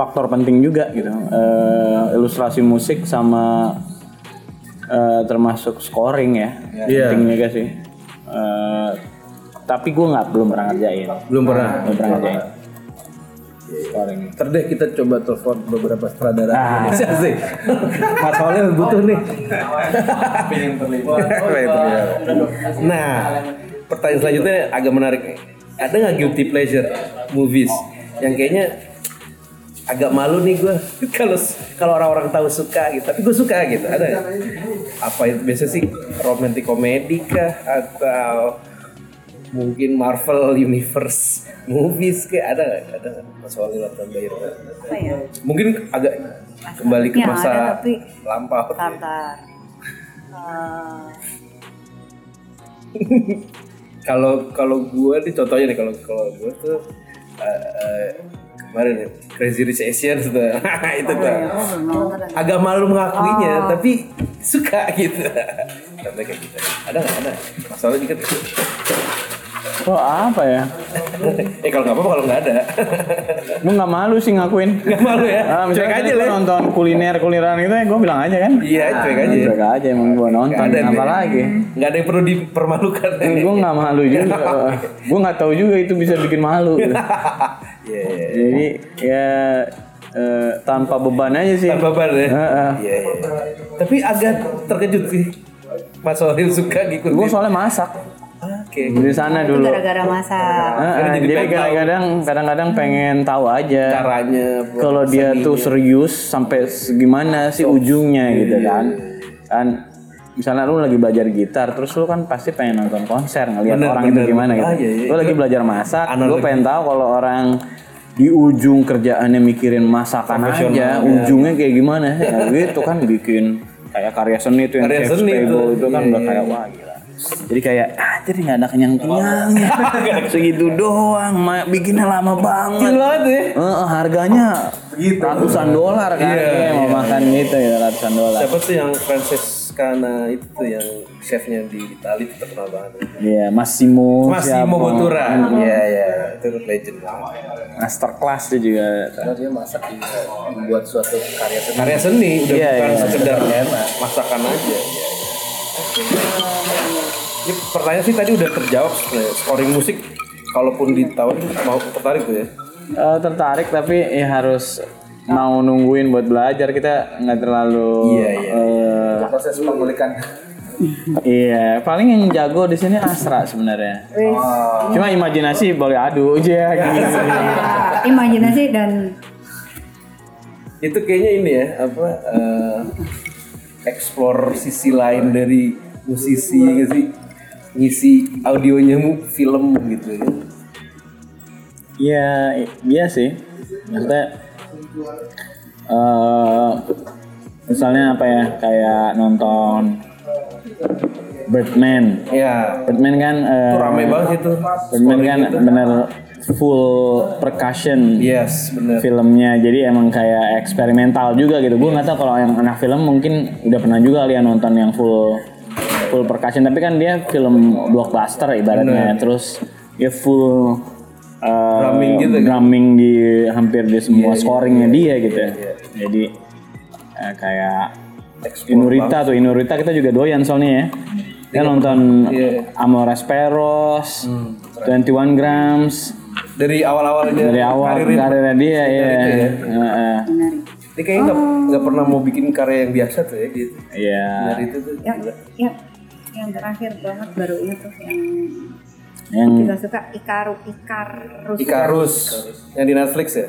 [SPEAKER 5] faktor penting juga gitu. Eh, ilustrasi musik sama eh, termasuk scoring ya.
[SPEAKER 1] Iya.
[SPEAKER 5] Penting juga sih. Eh, tapi gue nggak belum pernah ngerjain.
[SPEAKER 1] Belum pernah.
[SPEAKER 5] Belum pernah ngerjain. Scoring.
[SPEAKER 1] Ntar deh kita coba telepon beberapa sutradara Indonesia sih. Mas Holil butuh nih. Pengen terlibat. nah, pertanyaan selanjutnya agak menarik nih. Ada nggak guilty pleasure movies yang kayaknya agak malu nih gue (laughs) kalau kalau orang-orang tahu suka gitu tapi gue suka gitu ada nggak? apa itu biasa sih romantic comedy kah atau mungkin Marvel Universe movies kayak ada nggak? ada nggak? Mas Walil atau Mbak Irma?
[SPEAKER 3] Apa ya?
[SPEAKER 1] mungkin agak kembali ke
[SPEAKER 3] Ya, ada,
[SPEAKER 1] masa
[SPEAKER 3] tapi-
[SPEAKER 1] lampau
[SPEAKER 3] Sabar. Eh,
[SPEAKER 1] kalau kalau gue nih contohnya nih kalau kalau gue tuh eh, eh, kemarin nih, Crazy Rich Asians tuh (laughs) itu tuh
[SPEAKER 3] aku belum nonton lagi.
[SPEAKER 1] agak malu
[SPEAKER 3] Oh.
[SPEAKER 1] mengakuinya tapi suka gitu contohnya kayak gitu ada nggak ada masalahnya juga
[SPEAKER 5] Oh apa ya?
[SPEAKER 1] (laughs) eh kalau nggak apa-apa kalau nggak ada (laughs)
[SPEAKER 5] Gue nggak malu sih ngakuin.
[SPEAKER 1] nggak malu ya
[SPEAKER 5] Ah,
[SPEAKER 1] cuek
[SPEAKER 5] misalnya
[SPEAKER 1] aja
[SPEAKER 5] tadi gua
[SPEAKER 1] lah
[SPEAKER 5] nonton kuliner kulineran gitu ya, gue bilang aja kan.
[SPEAKER 1] iya cuek aja
[SPEAKER 5] Cuek aja emang gue nonton,
[SPEAKER 1] Nggak ada
[SPEAKER 5] apa
[SPEAKER 1] nih.
[SPEAKER 5] lagi?
[SPEAKER 1] nggak ada yang perlu dipermalukan
[SPEAKER 5] gue Eh, nggak malu juga, gue nggak tahu juga itu bisa bikin malu.
[SPEAKER 1] (laughs)
[SPEAKER 5] gitu.
[SPEAKER 1] Iya, iya.
[SPEAKER 5] Jadi ya eh, tanpa beban aja sih.
[SPEAKER 1] tanpa ban ya.
[SPEAKER 5] Heeh.
[SPEAKER 1] Iya, iya. Tapi agak terkejut sih. Mas Sohil suka ngikutin.
[SPEAKER 5] Gue soalnya masak
[SPEAKER 1] Oke.
[SPEAKER 5] di sana
[SPEAKER 3] Itu
[SPEAKER 5] dulu.
[SPEAKER 3] gara-gara masa
[SPEAKER 5] Heeh,
[SPEAKER 1] Jadi jadi
[SPEAKER 5] jadi
[SPEAKER 1] pengen tahu.
[SPEAKER 5] kadang-kadang kadang-kadang pengen tahu aja
[SPEAKER 1] Caranya. buat
[SPEAKER 5] kalau dia tuh serius sampai segimana sih ujungnya
[SPEAKER 1] Iya,
[SPEAKER 5] gitu kan. Kan misalnya lu lagi belajar gitar terus lu kan pasti pengen nonton konser ngelihat
[SPEAKER 1] Bener,
[SPEAKER 5] orang
[SPEAKER 1] bener.
[SPEAKER 5] itu gimana gitu.
[SPEAKER 1] Ah, iya, iya.
[SPEAKER 5] Lu lagi belajar masak, lu
[SPEAKER 1] Analogi.
[SPEAKER 5] pengen tahu kalau orang di ujung kerjaannya mikirin masakan
[SPEAKER 1] iya,
[SPEAKER 5] aja, ujungnya kayak gimana sih? Nah, gitu kan bikin kayak karya seni itu yang
[SPEAKER 1] Karya
[SPEAKER 5] Chef's
[SPEAKER 1] seni
[SPEAKER 5] Table
[SPEAKER 1] tuh.
[SPEAKER 5] itu kan
[SPEAKER 1] Iya,
[SPEAKER 5] udah
[SPEAKER 1] iya.
[SPEAKER 5] kayak wah gila. Jadi kayak ah jadi nggak ada kenyang kenyangnya segitu doang, ma- bikinnya lama banget.
[SPEAKER 1] Kecil banget ya.
[SPEAKER 5] Eh, harganya ratusan dolar kan
[SPEAKER 1] Iya,
[SPEAKER 5] Iya, mau makan gitu ya ratusan dolar.
[SPEAKER 1] Siapa tuh yang Francescana itu tuh yang chefnya di Itali itu terkenal banget.
[SPEAKER 5] Iya, Massimo
[SPEAKER 1] Masih
[SPEAKER 5] siapa?
[SPEAKER 1] mau Bottura. Iya iya. Itu legend banget.
[SPEAKER 5] Masterclass dia juga. Eh,
[SPEAKER 6] Karena dia masak juga
[SPEAKER 2] gitu.
[SPEAKER 6] membuat suatu karya seni.
[SPEAKER 1] Karya seni udah
[SPEAKER 5] Iya,
[SPEAKER 1] bukan
[SPEAKER 5] iya.
[SPEAKER 1] sekedar masakan aja. Iya, Ini pertanyaan sih tadi udah terjawab sebenarnya. Scoring musik kalaupun ditawarin mau tertarik tuh ya.
[SPEAKER 5] Eh, tertarik tapi ya harus mau nungguin buat belajar kita nggak terlalu
[SPEAKER 1] Iya, iya.
[SPEAKER 5] eh,
[SPEAKER 2] Proses pemulihan.
[SPEAKER 5] iya. paling yang jago di sini Astra sebenarnya cuma imajinasi boleh adu aja gitu.
[SPEAKER 3] eh, imajinasi dan
[SPEAKER 1] itu kayaknya ini ya apa eh, explore sisi lain dari musisi ya nggak sih ngisi audionya mu film gitu ya
[SPEAKER 5] Iya, i- iya sih. Maksudnya eh, misalnya apa ya kayak nonton Birdman
[SPEAKER 1] Iya.
[SPEAKER 5] Birdman kan eh,
[SPEAKER 1] Itu ramai banget itu. gitu.
[SPEAKER 5] Birdman kan bener full percussion
[SPEAKER 1] Yes, bener.
[SPEAKER 5] filmnya jadi emang kayak eksperimental juga gitu gue nggak tahu kalau yang anak film mungkin udah pernah juga kali ya nonton yang full full percussion tapi kan dia film blockbuster ibaratnya terus dia full uh,
[SPEAKER 1] Drumming gitu kan? Iya,
[SPEAKER 5] drumming di hampir di semua scoringnya dia gitu ya jadi eh, kayak Inurita tuh Inurita kita juga doyan soalnya ya
[SPEAKER 1] Iya.
[SPEAKER 5] kita nonton Amores Perros
[SPEAKER 1] Hmm,
[SPEAKER 5] 21 Grams
[SPEAKER 1] Dari awal-awal aja.
[SPEAKER 5] dari awal
[SPEAKER 1] karirin.
[SPEAKER 5] karirnya dia ya. Heeh.
[SPEAKER 3] Menarik.
[SPEAKER 1] Dia kayaknya nggak nggak pernah mau bikin karya yang biasa tuh ya gitu.
[SPEAKER 5] Iya.
[SPEAKER 1] Dari itu tuh.
[SPEAKER 3] yang yang Ya, yang terakhir banget baru itu yang
[SPEAKER 5] Yang
[SPEAKER 3] kita suka Ikaru Ikarus
[SPEAKER 1] Ikarus yang di Netflix ya.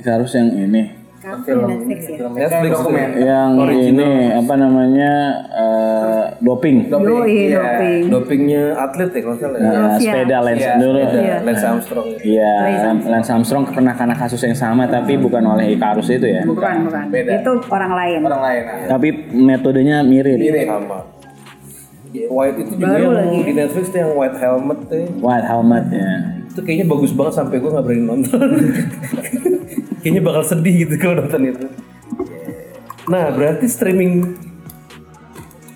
[SPEAKER 5] kita harus yang ini.
[SPEAKER 3] Ikarus di Netflix ya
[SPEAKER 1] Netflix dokumen.
[SPEAKER 5] Yang ini apa namanya? eh, doping.
[SPEAKER 3] Yo,
[SPEAKER 1] Doping.
[SPEAKER 3] iya, doping.
[SPEAKER 1] Dopingnya atlet ya kalau nggak salah. ya.
[SPEAKER 5] Nah, sepeda Lance dulu.
[SPEAKER 1] Ada Lance Armstrong. ya.
[SPEAKER 5] Iya, Lance Armstrong pernah kena kasus yang sama tapi bukan oleh Icarus itu ya.
[SPEAKER 3] bukan bukan itu orang lain
[SPEAKER 2] orang lain nah.
[SPEAKER 5] Tapi metodenya
[SPEAKER 1] Iya.
[SPEAKER 5] mirip.
[SPEAKER 2] mirip
[SPEAKER 1] Sama. White itu juga yang di Netflix tuh yang White Helmet tuh.
[SPEAKER 5] White helmet ya.
[SPEAKER 1] Itu kayaknya bagus banget sampai gue nggak berani nonton. (laughs) kayaknya bakal sedih gitu kalau nonton itu. Nah berarti streaming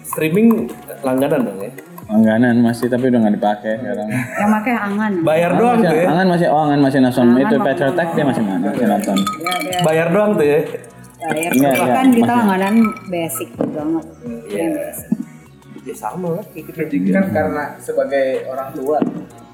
[SPEAKER 1] streaming langganan dong ya.
[SPEAKER 5] Langganan masih tapi udah nggak dipakai sekarang.
[SPEAKER 3] yang pakai angan
[SPEAKER 1] Bayar doang tuh
[SPEAKER 5] Masih,
[SPEAKER 1] ya.
[SPEAKER 5] angan masih, oh angan masih nonton itu Petra Tech dia masih masih nonton.
[SPEAKER 3] ya, ya.
[SPEAKER 1] Bayar doang tuh ya.
[SPEAKER 3] bayar
[SPEAKER 5] Iya, iya,
[SPEAKER 3] bahkan kita
[SPEAKER 5] masih.
[SPEAKER 3] langganan basic banget yang basic
[SPEAKER 1] Ya sama lah kayak gitu.
[SPEAKER 2] kan karena sebagai orang tua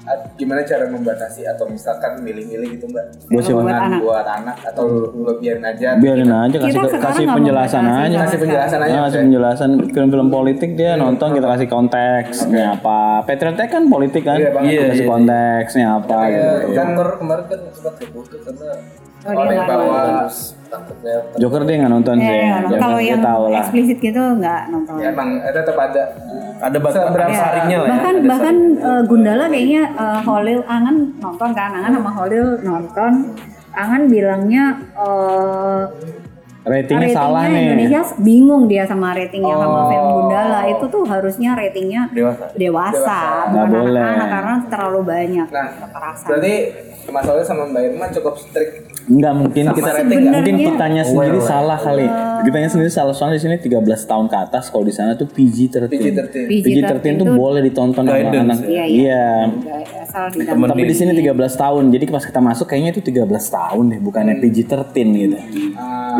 [SPEAKER 2] at- gimana cara membatasi atau misalkan milih-milih gitu mbak
[SPEAKER 5] Buat siapa?
[SPEAKER 3] Buat anak. Oh.
[SPEAKER 2] buat anak atau lo biarin aja
[SPEAKER 5] biarin aja
[SPEAKER 3] kita
[SPEAKER 5] kasih
[SPEAKER 3] sekarang
[SPEAKER 5] kasih
[SPEAKER 3] nggak
[SPEAKER 5] penjelasan
[SPEAKER 3] membatasi
[SPEAKER 5] aja
[SPEAKER 3] sama
[SPEAKER 2] kasih penjelasan aja
[SPEAKER 5] Nah,
[SPEAKER 2] Mbak.
[SPEAKER 5] kasih penjelasan film-film politik dia nonton kita kasih konteks ini apa Patriot kan politik kan
[SPEAKER 2] Iya, banget.
[SPEAKER 5] Kita kasih konteksnya apa gitu
[SPEAKER 2] kan
[SPEAKER 6] kemarin kan sempat heboh tuh karena
[SPEAKER 3] Oh, dia
[SPEAKER 2] orang yang
[SPEAKER 3] nggak
[SPEAKER 2] bawa
[SPEAKER 6] takutnya
[SPEAKER 5] Joker dia nggak nonton sih
[SPEAKER 3] Iya,
[SPEAKER 5] Joker
[SPEAKER 3] kalau
[SPEAKER 5] dia
[SPEAKER 3] yang
[SPEAKER 5] tahu lah
[SPEAKER 3] eksplisit gitu nggak nonton. Iya.
[SPEAKER 2] ya, emang eh, tetap ada
[SPEAKER 1] Ada batas
[SPEAKER 2] Seberapa
[SPEAKER 1] batas harinya lah. ya.
[SPEAKER 3] bahkan bahkan eh, Gundala kayaknya eh, Holil Angan nonton kan Angan sama Holil nonton Angan bilangnya eh,
[SPEAKER 5] ratingnya
[SPEAKER 3] ratingnya
[SPEAKER 5] salah nih
[SPEAKER 3] Indonesia bingung dia sama ratingnya sama film Gundala itu tuh harusnya ratingnya
[SPEAKER 1] Dewasa.
[SPEAKER 3] dewasa,
[SPEAKER 5] Nggak
[SPEAKER 3] bukan
[SPEAKER 5] boleh.
[SPEAKER 3] anak-anak karena terlalu banyak
[SPEAKER 2] nah
[SPEAKER 3] kekerasan
[SPEAKER 2] berarti masalahnya sama mbak Irma cukup strict
[SPEAKER 5] nggak mungkin kita
[SPEAKER 3] Sebenarnya-
[SPEAKER 5] mungkin kitanya sendiri salah kali kitanya sendiri salah soalnya di sini 13 tahun ke atas kalau di sana tuh PG-13
[SPEAKER 2] PG-13.
[SPEAKER 5] PG-13 tuh boleh ditonton sama
[SPEAKER 1] Guidance,
[SPEAKER 5] anak
[SPEAKER 3] Iya, iya.
[SPEAKER 5] iya
[SPEAKER 3] asal di dalam
[SPEAKER 5] Tapi di sini 13 tahun. Jadi pas kita masuk kayaknya itu 13 tahun deh, bukannya PG-13 gitu.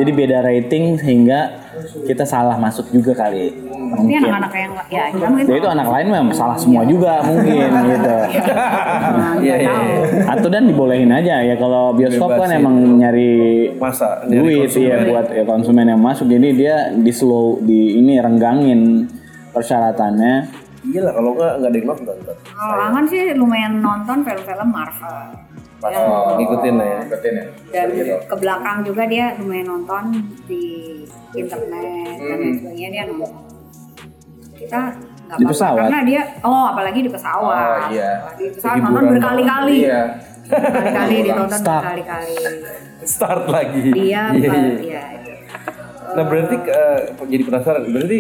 [SPEAKER 5] Jadi beda rating sehingga kita salah masuk juga kali.
[SPEAKER 3] tapi
[SPEAKER 5] Mungkin.
[SPEAKER 3] anak-anak yang ya kita mungkin
[SPEAKER 5] Ya itu anak lain memang salah semua juga mungkin gitu.
[SPEAKER 3] Nah, nggak tahu.
[SPEAKER 5] Atau dan dibolehin aja ya kalau bioskop
[SPEAKER 1] Bebas
[SPEAKER 5] kan
[SPEAKER 1] sih.
[SPEAKER 5] emang nyari
[SPEAKER 1] Masa dari
[SPEAKER 5] duit ya buat ya, konsumen yang masuk. Jadi dia di slow di ini renggangin persyaratannya.
[SPEAKER 1] Iya lah kalau nggak nggak ada yang nonton. kan.
[SPEAKER 3] Kalau Angan sih lumayan nonton film-film Marvel. Ya,
[SPEAKER 1] Ngikutin lah ya.
[SPEAKER 2] ngikutin ya
[SPEAKER 3] dan ke belakang juga dia lumayan nonton di internet dan lain sebagainya dia nonton. Kita nggak
[SPEAKER 5] Di
[SPEAKER 3] apa-apa,
[SPEAKER 5] pesawat?
[SPEAKER 3] karena dia oh apalagi di pesawat.
[SPEAKER 2] Oh, iya.
[SPEAKER 3] Di pesawat nonton berkali-kali.
[SPEAKER 2] iya
[SPEAKER 3] Berkali-kali ditonton
[SPEAKER 5] Stuck.
[SPEAKER 3] berkali-kali.
[SPEAKER 1] Start lagi.
[SPEAKER 3] Dia
[SPEAKER 1] Iya,
[SPEAKER 3] eh,
[SPEAKER 1] iya.
[SPEAKER 3] iya, iya.
[SPEAKER 1] Nah berarti eh, jadi penasaran. Berarti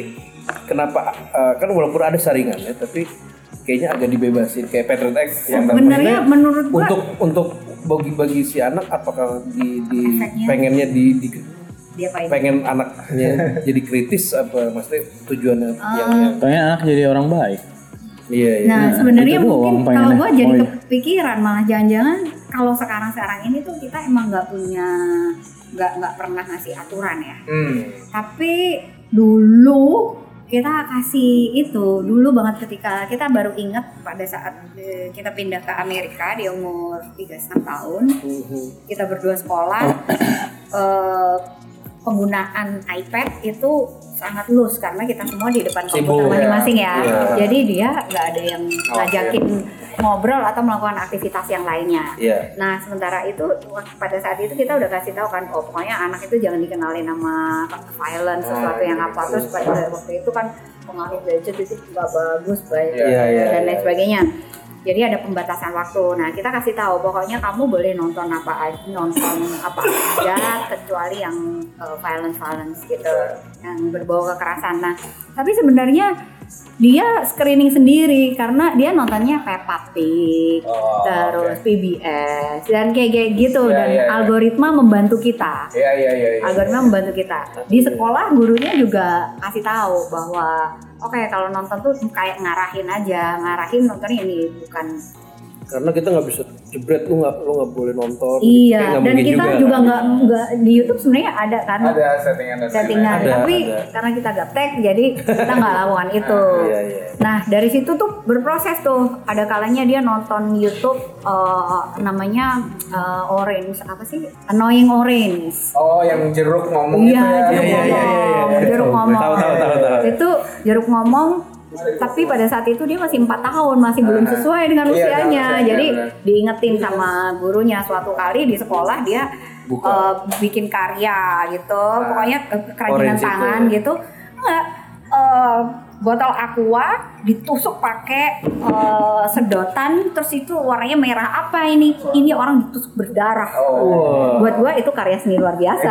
[SPEAKER 1] kenapa eh, kan walaupun ada saringan ya, tapi kayaknya agak dibebasin kayak Patriot X. yang maksudnya
[SPEAKER 3] Sebenarnya menurut gua
[SPEAKER 1] untuk untuk bagi-bagi si anak apakah di, di
[SPEAKER 3] Efeknya.
[SPEAKER 1] pengennya di, di-
[SPEAKER 3] dia paling
[SPEAKER 1] pengen anaknya jadi kritis apa maksudnya tujuannya yang, yang
[SPEAKER 5] Kayaknya anak jadi orang baik.
[SPEAKER 1] iya iya.
[SPEAKER 3] Oh. Nah, sebenarnya
[SPEAKER 5] itu doang
[SPEAKER 3] mungkin kalau
[SPEAKER 5] pengennya.
[SPEAKER 3] gue jadi
[SPEAKER 5] Oh, iya.
[SPEAKER 3] kepikiran malah jangan-jangan kalau sekarang-sekarang ini tuh kita emang nggak punya nggak nggak pernah ngasih aturan ya.
[SPEAKER 2] hmm.
[SPEAKER 3] Tapi dulu kita kasih itu dulu banget ketika kita baru ingat pada saat eh, kita pindah ke Amerika di umur 36 tahun
[SPEAKER 1] Mhm.
[SPEAKER 3] kita berdua sekolah
[SPEAKER 1] (coughs)
[SPEAKER 3] eh, penggunaan iPad itu sangat loose karena kita semua di depan komputer
[SPEAKER 1] Sibuk, ya.
[SPEAKER 3] masing-masing ya.
[SPEAKER 1] Iya.
[SPEAKER 3] Jadi dia nggak ada yang ngajakin ngobrol atau melakukan aktivitas yang lainnya.
[SPEAKER 1] Iya.
[SPEAKER 3] Nah, sementara itu pada saat itu kita udah kasih tahu kan, oh pokoknya anak itu jangan dikenalin nama violence
[SPEAKER 1] Nah,
[SPEAKER 3] sesuatu yang
[SPEAKER 1] iya.
[SPEAKER 3] apa terus pada waktu itu kan pengaruh gadget itu nggak bagus banyak
[SPEAKER 1] Iya, iya,
[SPEAKER 3] dan lain sebagainya. Jadi ada pembatasan waktu. Nah kita kasih tahu pokoknya kamu boleh nonton apa aja, nonton apa aja kecuali yang violence violence gitu, yang berbau kekerasan. Nah tapi sebenarnya dia screening sendiri karena dia nontonnya Peppa Pig,
[SPEAKER 2] Oh,
[SPEAKER 3] terus PBS dan kayak kayak gitu
[SPEAKER 2] Ya,
[SPEAKER 3] dan
[SPEAKER 2] ya, ya.
[SPEAKER 3] algoritma membantu kita.
[SPEAKER 2] Iya iya iya. iya.
[SPEAKER 3] Algoritma membantu kita. Di sekolah gurunya juga kasih tahu bahwa oke kalau nonton tuh kayak ngarahin aja, ngarahin nonton ini bukan
[SPEAKER 6] karena kita nggak bisa jebret lu nggak lu nggak boleh nonton
[SPEAKER 1] Tapi
[SPEAKER 3] iya
[SPEAKER 1] Gitu. nggak Oh,
[SPEAKER 3] dan
[SPEAKER 1] mungkin
[SPEAKER 3] kita
[SPEAKER 1] juga,
[SPEAKER 3] juga
[SPEAKER 1] kan?
[SPEAKER 3] nggak nggak di YouTube sebenarnya ada kan
[SPEAKER 2] Ada settingan dan
[SPEAKER 3] settingan
[SPEAKER 1] Ada,
[SPEAKER 3] tapi
[SPEAKER 1] ada.
[SPEAKER 3] karena kita gaptek jadi kita nggak lakukan
[SPEAKER 1] (laughs)
[SPEAKER 3] itu
[SPEAKER 1] Iya, iya.
[SPEAKER 3] nah dari situ tuh berproses tuh ada kalanya dia nonton YouTube eh, namanya eh, orange apa sih annoying orange
[SPEAKER 2] Oh, yang jeruk ngomong itu
[SPEAKER 3] Iya,
[SPEAKER 2] ya.
[SPEAKER 1] Iya, iya,
[SPEAKER 3] jeruk
[SPEAKER 1] iya, iya,
[SPEAKER 3] ngomong,
[SPEAKER 1] iya.
[SPEAKER 3] jeruk
[SPEAKER 1] Tahu,
[SPEAKER 3] ngomong.
[SPEAKER 1] tahu, tahu, tahu, tahu.
[SPEAKER 3] Itu jeruk ngomong, tapi pada saat itu dia masih empat tahun, masih belum
[SPEAKER 2] Ah,
[SPEAKER 3] sesuai dengan
[SPEAKER 2] iya,
[SPEAKER 3] usianya.
[SPEAKER 2] dengan usianya,
[SPEAKER 3] Jadi
[SPEAKER 2] benar.
[SPEAKER 3] diingetin sama gurunya suatu kali di sekolah dia eh, bikin karya gitu, pokoknya ke-
[SPEAKER 1] Ah. Orange
[SPEAKER 3] kerajinan
[SPEAKER 1] itu. ya.
[SPEAKER 3] tangan gitu. Enggak eh, botol aqua ditusuk pakai eh, sedotan terus itu warnanya merah apa ini ini orang ditusuk berdarah
[SPEAKER 2] Oh.
[SPEAKER 3] buat gua itu karya seni luar biasa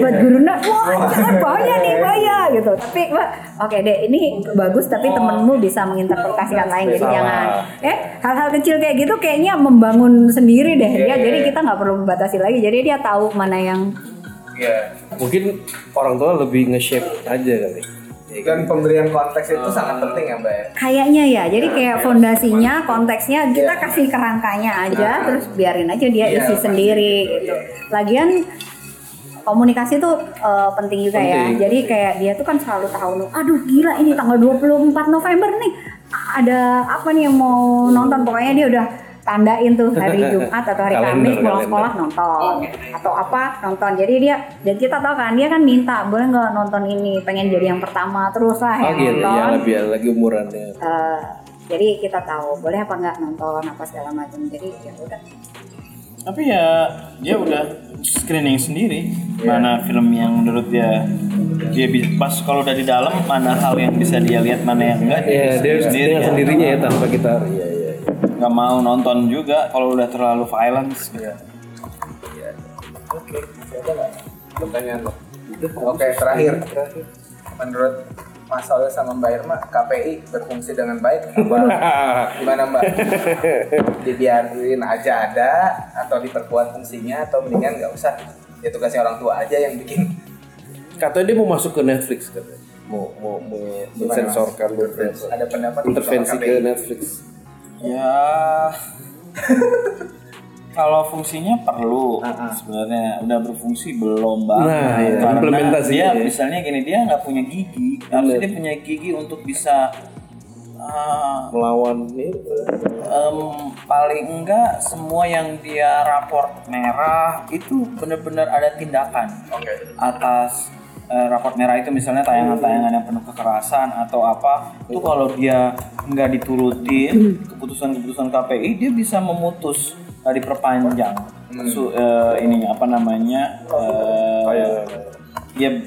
[SPEAKER 3] buat gurunya wah jangan bahaya nih bahaya gitu tapi gua oke deh ini bagus tapi temenmu bisa menginterpretasikan lain jadi jangan eh hal-hal kecil kayak gitu kayaknya membangun sendiri deh ya jadi kita nggak perlu membatasi lagi jadi dia tahu mana yang
[SPEAKER 2] Iya.
[SPEAKER 1] mungkin orang tua lebih nge-shape aja kali Ya kan?
[SPEAKER 2] Dan pemberian konteks itu sangat penting ya, Mbak. ya?
[SPEAKER 3] kayaknya ya jadi kayak fondasinya konteksnya kita kasih kerangkanya aja terus biarin aja dia
[SPEAKER 2] Iya,
[SPEAKER 3] isi
[SPEAKER 2] pasti
[SPEAKER 3] sendiri gitu lagian komunikasi tuh eh, penting juga
[SPEAKER 1] Penting.
[SPEAKER 3] ya jadi kayak dia tuh kan selalu tahu aduh gila ini tanggal 24 November nih ada apa nih yang mau nonton pokoknya dia udah tandain tuh hari Jumat atau hari
[SPEAKER 1] Kalender,
[SPEAKER 3] Kamis pulang
[SPEAKER 1] kalender.
[SPEAKER 3] sekolah nonton atau apa nonton jadi dia dan kita tahu kan dia kan minta boleh nggak nonton ini pengen jadi yang pertama terus
[SPEAKER 1] Oh
[SPEAKER 3] lah yang
[SPEAKER 1] gitu,
[SPEAKER 3] nonton
[SPEAKER 1] ya lebih lagi umurannya
[SPEAKER 3] Eh, jadi kita tahu boleh apa nggak nonton apa segala macam jadi ya udah
[SPEAKER 5] tapi ya dia udah screening sendiri
[SPEAKER 1] Iya.
[SPEAKER 5] mana film yang menurut dia dia bi- pas kalau udah di dalam mana hal yang bisa dia lihat mana yang enggak
[SPEAKER 1] Iya, dia harus dengan
[SPEAKER 5] ya.
[SPEAKER 1] sendirinya ya tanpa kita. Iya, iya, iya.
[SPEAKER 5] nggak mau nonton juga kalau udah terlalu violence gitu.
[SPEAKER 1] iya.
[SPEAKER 2] Pertanyaan lo. Oke, terakhir. Menurut Mas Soleh sama Mbak Irma, KPI berfungsi dengan baik
[SPEAKER 1] (laughs)
[SPEAKER 2] apa? Gimana Mbak? Dibiarin aja ada atau diperkuat fungsinya atau mendingan nggak usah? Ya tugasnya orang tua aja yang bikin.
[SPEAKER 1] Katanya dia mau masuk ke Netflix katanya. Mau mau mau mensensorkan beberapa
[SPEAKER 2] Ada pendapat
[SPEAKER 1] intervensi
[SPEAKER 2] soal
[SPEAKER 1] ke Netflix. (laughs)
[SPEAKER 5] Ya kalau fungsinya perlu sebenarnya udah berfungsi belum banget
[SPEAKER 1] Ah, Nah, iya,
[SPEAKER 5] Karena
[SPEAKER 1] implementasinya
[SPEAKER 5] dia
[SPEAKER 1] ya.
[SPEAKER 5] misalnya gini dia nggak punya gigi harusnya dia punya gigi untuk bisa ah,
[SPEAKER 1] Melawan ini
[SPEAKER 5] em, paling enggak semua yang dia raport merah itu benar-benar ada tindakan
[SPEAKER 2] Oke.
[SPEAKER 5] atas eh, raport merah itu misalnya tayangan-tayangan yang penuh kekerasan atau apa itu kalau dia nggak diturutin keputusan-keputusan KPI dia bisa memutus dari perpanjang su eh, ininya apa namanya eh, dia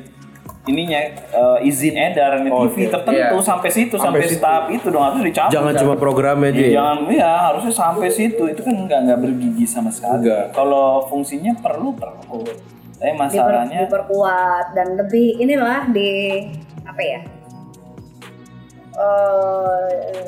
[SPEAKER 5] ininya eh, izin edar TV tertentu
[SPEAKER 2] Iya.
[SPEAKER 5] sampai situ sampai, tahap itu dong harus dicabut
[SPEAKER 1] Jangan cuma programnya aja.
[SPEAKER 5] Ya,
[SPEAKER 1] Ya,
[SPEAKER 5] jangan ya harusnya sampai situ itu kan nggak nggak bergigi sama sekali.
[SPEAKER 1] Nggak.
[SPEAKER 5] Kalau fungsinya perlu perlu. Tapi
[SPEAKER 3] diper-
[SPEAKER 5] masalahnya
[SPEAKER 3] diperkuat dan lebih inilah di apa ya Eh,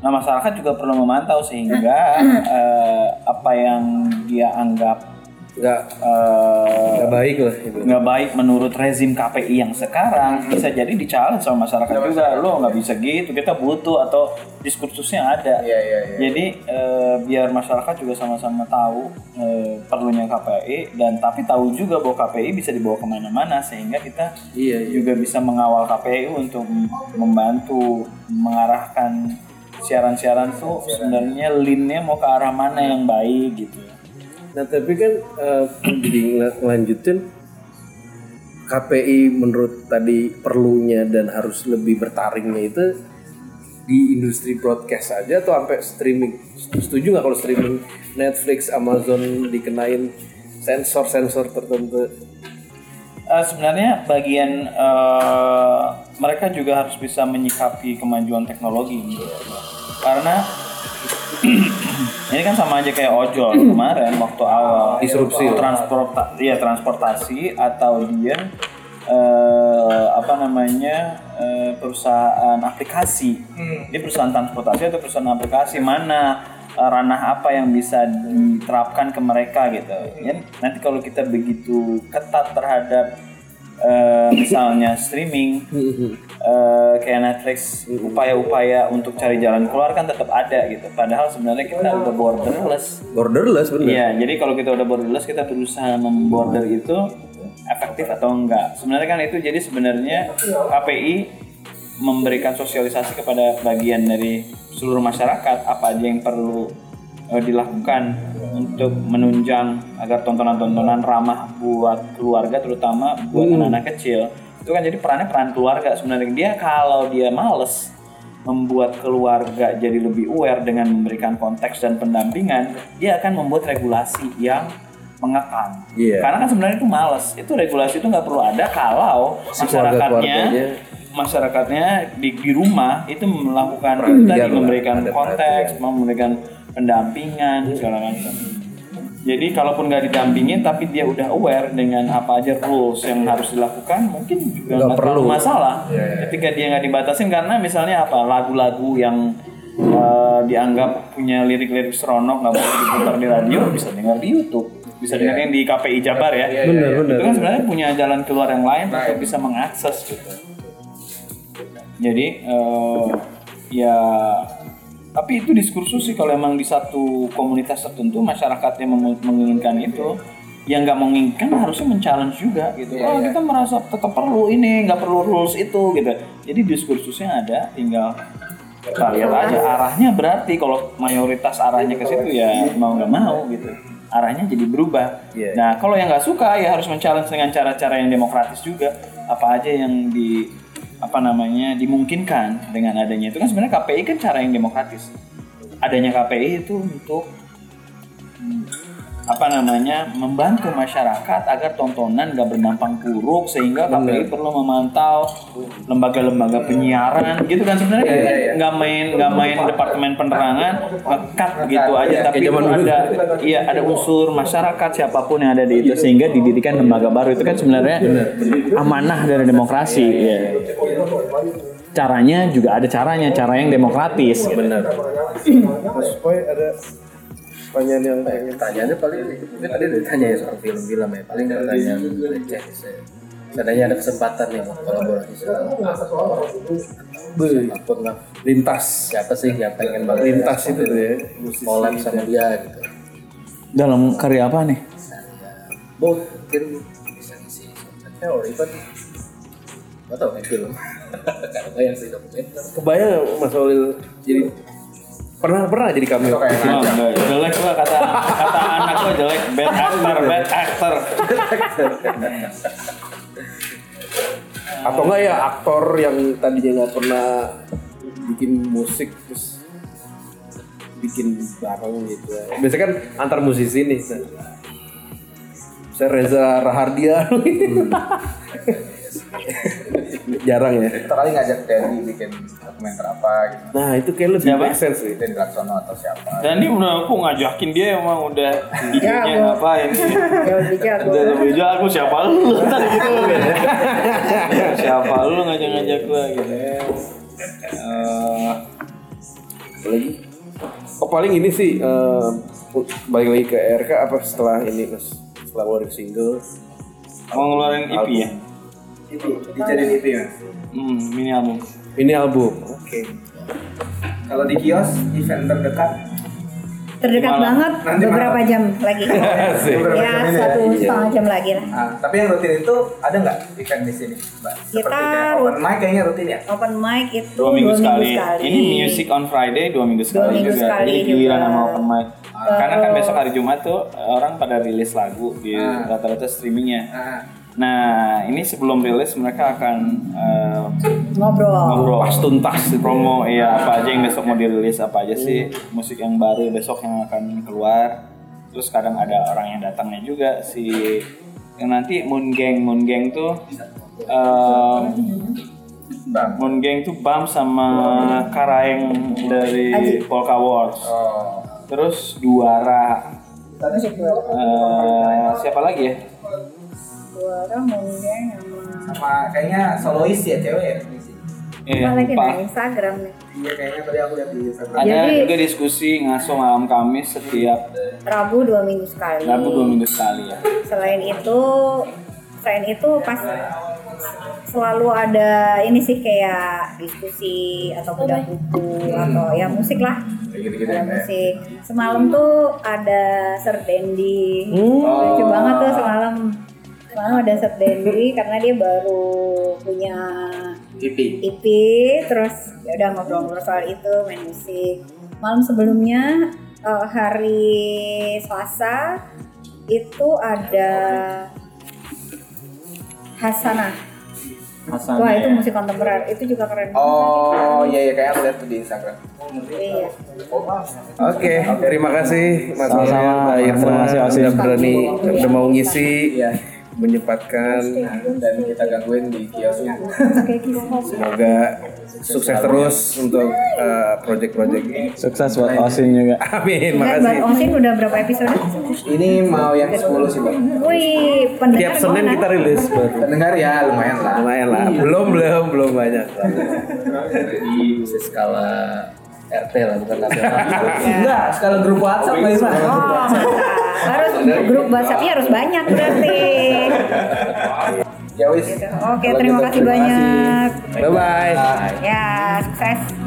[SPEAKER 5] nah masyarakat juga perlu memantau sehingga eh, apa yang dia anggap
[SPEAKER 1] nggak
[SPEAKER 5] eh,
[SPEAKER 1] nggak baik lah gitu. itu.
[SPEAKER 5] nggak baik menurut rezim KPI yang sekarang bisa jadi dicalon sama masyarakat juga lo nggak bisa gitu kita butuh atau diskursusnya ada
[SPEAKER 2] Iya, iya, iya.
[SPEAKER 5] jadi eh, biar masyarakat juga sama-sama tahu eh, perlunya KPI dan tapi tahu juga bahwa KPI bisa dibawa kemana-mana sehingga kita
[SPEAKER 1] Iya, iya.
[SPEAKER 5] juga bisa mengawal KPI untuk m- membantu mengarahkan siaran-siaran tuh sebenarnya linnya mau ke arah mana yang baik gitu
[SPEAKER 1] Nah tapi kan eh, jadi ngel- ngelanjutin KPI menurut tadi perlunya dan harus lebih bertaringnya itu di industri broadcast aja atau sampai streaming setuju nggak kalau streaming Netflix Amazon dikenain sensor sensor tertentu
[SPEAKER 5] Eh, sebenarnya bagian eh, mereka juga harus bisa menyikapi kemajuan teknologi gitu. karena (clears throat) ini kan sama aja kayak ojol kemarin waktu awal disrupsi transportasi ya transportasi atau dia eh, apa namanya eh, perusahaan aplikasi dia perusahaan transportasi atau perusahaan aplikasi mana eh, ranah apa yang bisa diterapkan ke mereka gitu ya nanti kalau kita begitu ketat terhadap eh, misalnya streaming eh, kayak Netflix upaya-upaya untuk cari jalan keluar kan tetap ada gitu padahal sebenarnya kita udah borderless
[SPEAKER 1] Borderless bener.
[SPEAKER 5] Iya, jadi kalau kita udah borderless kita berusaha memborder itu efektif atau enggak. Sebenarnya kan itu jadi sebenarnya KPI memberikan sosialisasi kepada bagian dari seluruh masyarakat apa aja yang perlu eh, dilakukan untuk menunjang agar tontonan-tontonan ramah buat keluarga terutama buat anak-anak kecil. Itu kan jadi perannya peran keluarga sebenarnya dia kalau dia males membuat keluarga jadi lebih aware dengan memberikan konteks dan pendampingan, dia akan membuat regulasi yang mengekang.
[SPEAKER 1] Iya.
[SPEAKER 5] Karena kan sebenarnya itu males. Itu regulasi itu nggak perlu ada kalau masyarakatnya
[SPEAKER 1] keluarganya.
[SPEAKER 5] masyarakatnya di, di rumah itu melakukan tadi
[SPEAKER 1] lah,
[SPEAKER 5] memberikan
[SPEAKER 1] Iya, ada Iya.
[SPEAKER 5] konteks, memberikan pendampingan segala macam. Jadi kalaupun nggak didampingin tapi dia udah aware dengan apa aja rules yang harus dilakukan, mungkin juga nggak perlu masalah. Ketika dia nggak dibatasin karena misalnya apa lagu-lagu yang eh, dianggap punya lirik-lirik seronok nggak boleh diputar di radio bisa dengar di YouTube, bisa dengar yang di KPI Jabar ya.
[SPEAKER 2] Iya,
[SPEAKER 1] Bener bener.
[SPEAKER 5] Itu kan sebenarnya punya jalan keluar yang lain untuk bisa mengakses gitu. Jadi eh, ya tapi itu diskursus sih kalau emang di satu komunitas tertentu masyarakatnya mem- menginginkan itu yang nggak menginginkan harusnya men-challenge juga gitu. oh kita merasa tetap perlu ini, nggak perlu rules itu gitu. Jadi diskursusnya ada, tinggal lihat aja arahnya berarti kalau mayoritas arahnya ke situ ya mau nggak mau gitu. Arahnya jadi berubah.
[SPEAKER 1] Iya.
[SPEAKER 5] Nah, kalau yang nggak suka ya harus men-challenge dengan cara-cara yang demokratis juga. Apa aja yang di apa namanya dimungkinkan dengan adanya itu kan sebenarnya KPI kan cara yang demokratis. Adanya KPI itu untuk hmm, apa namanya membantu masyarakat agar tontonan gak bernampang buruk sehingga KPI perlu memantau lembaga-lembaga penyiaran gitu kan sebenarnya kan nggak main nggak main departemen penerangan ngekat gitu aja tapi itu ada iya ada unsur masyarakat siapapun yang ada di itu sehingga didirikan lembaga baru itu kan sebenarnya amanah dari demokrasi ya caranya juga ada caranya cara yang demokratis gitu.
[SPEAKER 1] Bener.
[SPEAKER 6] Mas Boy ada
[SPEAKER 1] Pertanyaan yang pengen
[SPEAKER 6] pertanyaannya paling ini tadi ditanya ya soal film-film ya paling pertanyaan receh sih. Seandainya ya. ada kesempatan nih mau kolaborasi sama siapapun lah.
[SPEAKER 1] lintas
[SPEAKER 6] Siapa sih yang pengen banget
[SPEAKER 1] lintas itu tuh ya.
[SPEAKER 6] collab sama dia gitu.
[SPEAKER 5] dalam karya apa nih
[SPEAKER 6] Bo, mungkin bisa Ya, ngisi soundtracknya or even Gak tau kayak film (laughs) Gak yang sih dokumenter
[SPEAKER 1] Kebayang nggak, Mas Olil jadi pernah pernah jadi kami.
[SPEAKER 5] Oh, enggak. jelek lah kata kata anak gua jelek bad actor bad actor
[SPEAKER 1] Atau enggak ya aktor yang tadinya nggak pernah bikin musik terus bikin bareng gitu. ya. Biasanya kan antar musisi nih. Saya Reza Rahardian. (laughs) Jarang ya.
[SPEAKER 2] Kita kali ngajak Denny bikin dokumenter apa gitu.
[SPEAKER 1] Nah, itu kayak lebih
[SPEAKER 5] Siapa?
[SPEAKER 1] make sense sih.
[SPEAKER 2] Denny Laksono atau siapa.
[SPEAKER 5] dan ini udah aku ngajakin dia emang udah videonya ngapain sih
[SPEAKER 3] Jauh lebih jago.
[SPEAKER 5] udah lebih jago siapa lu (laughs) tadi gitu siapa lu ngajak-ngajak gua gitu Eh,
[SPEAKER 1] lagi oh paling ini sih eh, balik lagi ke RK apa setelah ini mas setelah ngeluarin single
[SPEAKER 5] mau ngeluarin EP ya
[SPEAKER 2] Dijadiin itu ya.
[SPEAKER 5] hmm, mini album
[SPEAKER 1] ini album
[SPEAKER 2] Oke. Kalau di kios, event terdekat.
[SPEAKER 3] Terdekat
[SPEAKER 5] Malam.
[SPEAKER 3] banget
[SPEAKER 2] Nanti
[SPEAKER 3] beberapa
[SPEAKER 2] malam.
[SPEAKER 3] jam
[SPEAKER 5] (laughs)
[SPEAKER 3] lagi.
[SPEAKER 1] Asik.
[SPEAKER 3] ya
[SPEAKER 2] Beberapa jam ini ya,
[SPEAKER 3] satu
[SPEAKER 2] iya.
[SPEAKER 3] setengah jam lagi lah.
[SPEAKER 2] Ah, tapi yang rutin itu ada nggak event di sini? Mbak? Seperti
[SPEAKER 3] Kita
[SPEAKER 2] kayak open mic kayaknya rutin ya.
[SPEAKER 3] Open mic itu
[SPEAKER 5] dua minggu, sekali. ini music on Friday dua minggu sekali
[SPEAKER 3] minggu
[SPEAKER 5] juga
[SPEAKER 3] sekali
[SPEAKER 5] jadi giliran
[SPEAKER 3] juga.
[SPEAKER 5] sama open mic karena kan besok hari Jumat tuh eh, orang pada rilis lagu di rata-rata streamingnya
[SPEAKER 2] Ah,
[SPEAKER 5] nah ini sebelum rilis mereka akan eh,
[SPEAKER 3] ngobrol.
[SPEAKER 5] ngobrol pas tuntas promo iya apa aja yang besok mau dirilis apa aja sih
[SPEAKER 3] Iya.
[SPEAKER 5] musik yang baru besok yang akan keluar terus kadang ada orang yang datangnya juga si yang nanti Moon Gang Moon Gang tuh eh,
[SPEAKER 2] Bam.
[SPEAKER 5] Moon Gang tuh Bam sama Karaeng dari
[SPEAKER 3] Aji.
[SPEAKER 5] Polka Wars.
[SPEAKER 2] Oh.
[SPEAKER 5] Terus Duara. Eh, siapa lagi ya?
[SPEAKER 3] Suara mungkin sama
[SPEAKER 2] Sama kayaknya solois ya cewek ya.
[SPEAKER 5] Iya,
[SPEAKER 3] apa lagi
[SPEAKER 5] lupa.
[SPEAKER 3] dari Instagram nih
[SPEAKER 2] Iya kayaknya tadi aku lihat di Instagram.
[SPEAKER 5] Ada
[SPEAKER 3] Jadi-
[SPEAKER 5] juga diskusi ngaso malam Kamis setiap
[SPEAKER 3] Rabu dua minggu sekali
[SPEAKER 5] Rabu dua minggu sekali ya.
[SPEAKER 3] selain itu selain itu pas selalu ada ini sih kayak diskusi atau bedah buku atau ya musik lah
[SPEAKER 2] Kayak gitu-gitu
[SPEAKER 3] ada
[SPEAKER 2] ya.
[SPEAKER 3] musik semalam tuh ada serdendi lucu
[SPEAKER 2] Oh.
[SPEAKER 3] banget tuh semalam semalam ada serdendi karena dia baru punya
[SPEAKER 2] Cipi.
[SPEAKER 3] EP terus ya udah ngobrol-ngobrol soal itu main musik malam sebelumnya eh, hari Selasa itu ada Hasanah
[SPEAKER 5] Hasan.
[SPEAKER 3] wah itu
[SPEAKER 5] ya.
[SPEAKER 3] musik kontemporer itu juga keren
[SPEAKER 2] Oh iya iya kayaknya aku lihat tuh di Instagram.
[SPEAKER 3] iya
[SPEAKER 1] Oke, terima kasih Mas
[SPEAKER 5] Sama-sama.
[SPEAKER 1] Mulyan, Mbak Irma.
[SPEAKER 5] Terima kasih, Osi.
[SPEAKER 1] Udah berani, udah mau ngisi, ya,
[SPEAKER 2] Iya.
[SPEAKER 1] menyempatkan.
[SPEAKER 2] Dan kita gangguin di kiosnya.
[SPEAKER 1] Semoga sukses terus untuk uh, project-project ini.
[SPEAKER 5] Sukses buat Osin juga.
[SPEAKER 1] Amin,
[SPEAKER 3] kan Mbak
[SPEAKER 1] makasih.
[SPEAKER 3] Osin udah berapa episode?
[SPEAKER 2] Ini mau yang 10 sih bang.
[SPEAKER 3] Wih,
[SPEAKER 1] Tiap
[SPEAKER 3] pendengar
[SPEAKER 1] Senin kita rilis baru.
[SPEAKER 2] Pendengar ya lumayan lah.
[SPEAKER 1] Lumayan lah, belum belum belum banyak.
[SPEAKER 6] Jadi bisa skala RT lah bukan nasional.
[SPEAKER 2] Enggak, sekalian grup WhatsApp Mbak Irma.
[SPEAKER 3] Oh, mantap. harus grup WhatsAppnya harus banyak berarti.
[SPEAKER 2] Ya wis.
[SPEAKER 3] Oke, Ya terima kasih banyak.
[SPEAKER 1] Bye bye.
[SPEAKER 3] Ya, sukses.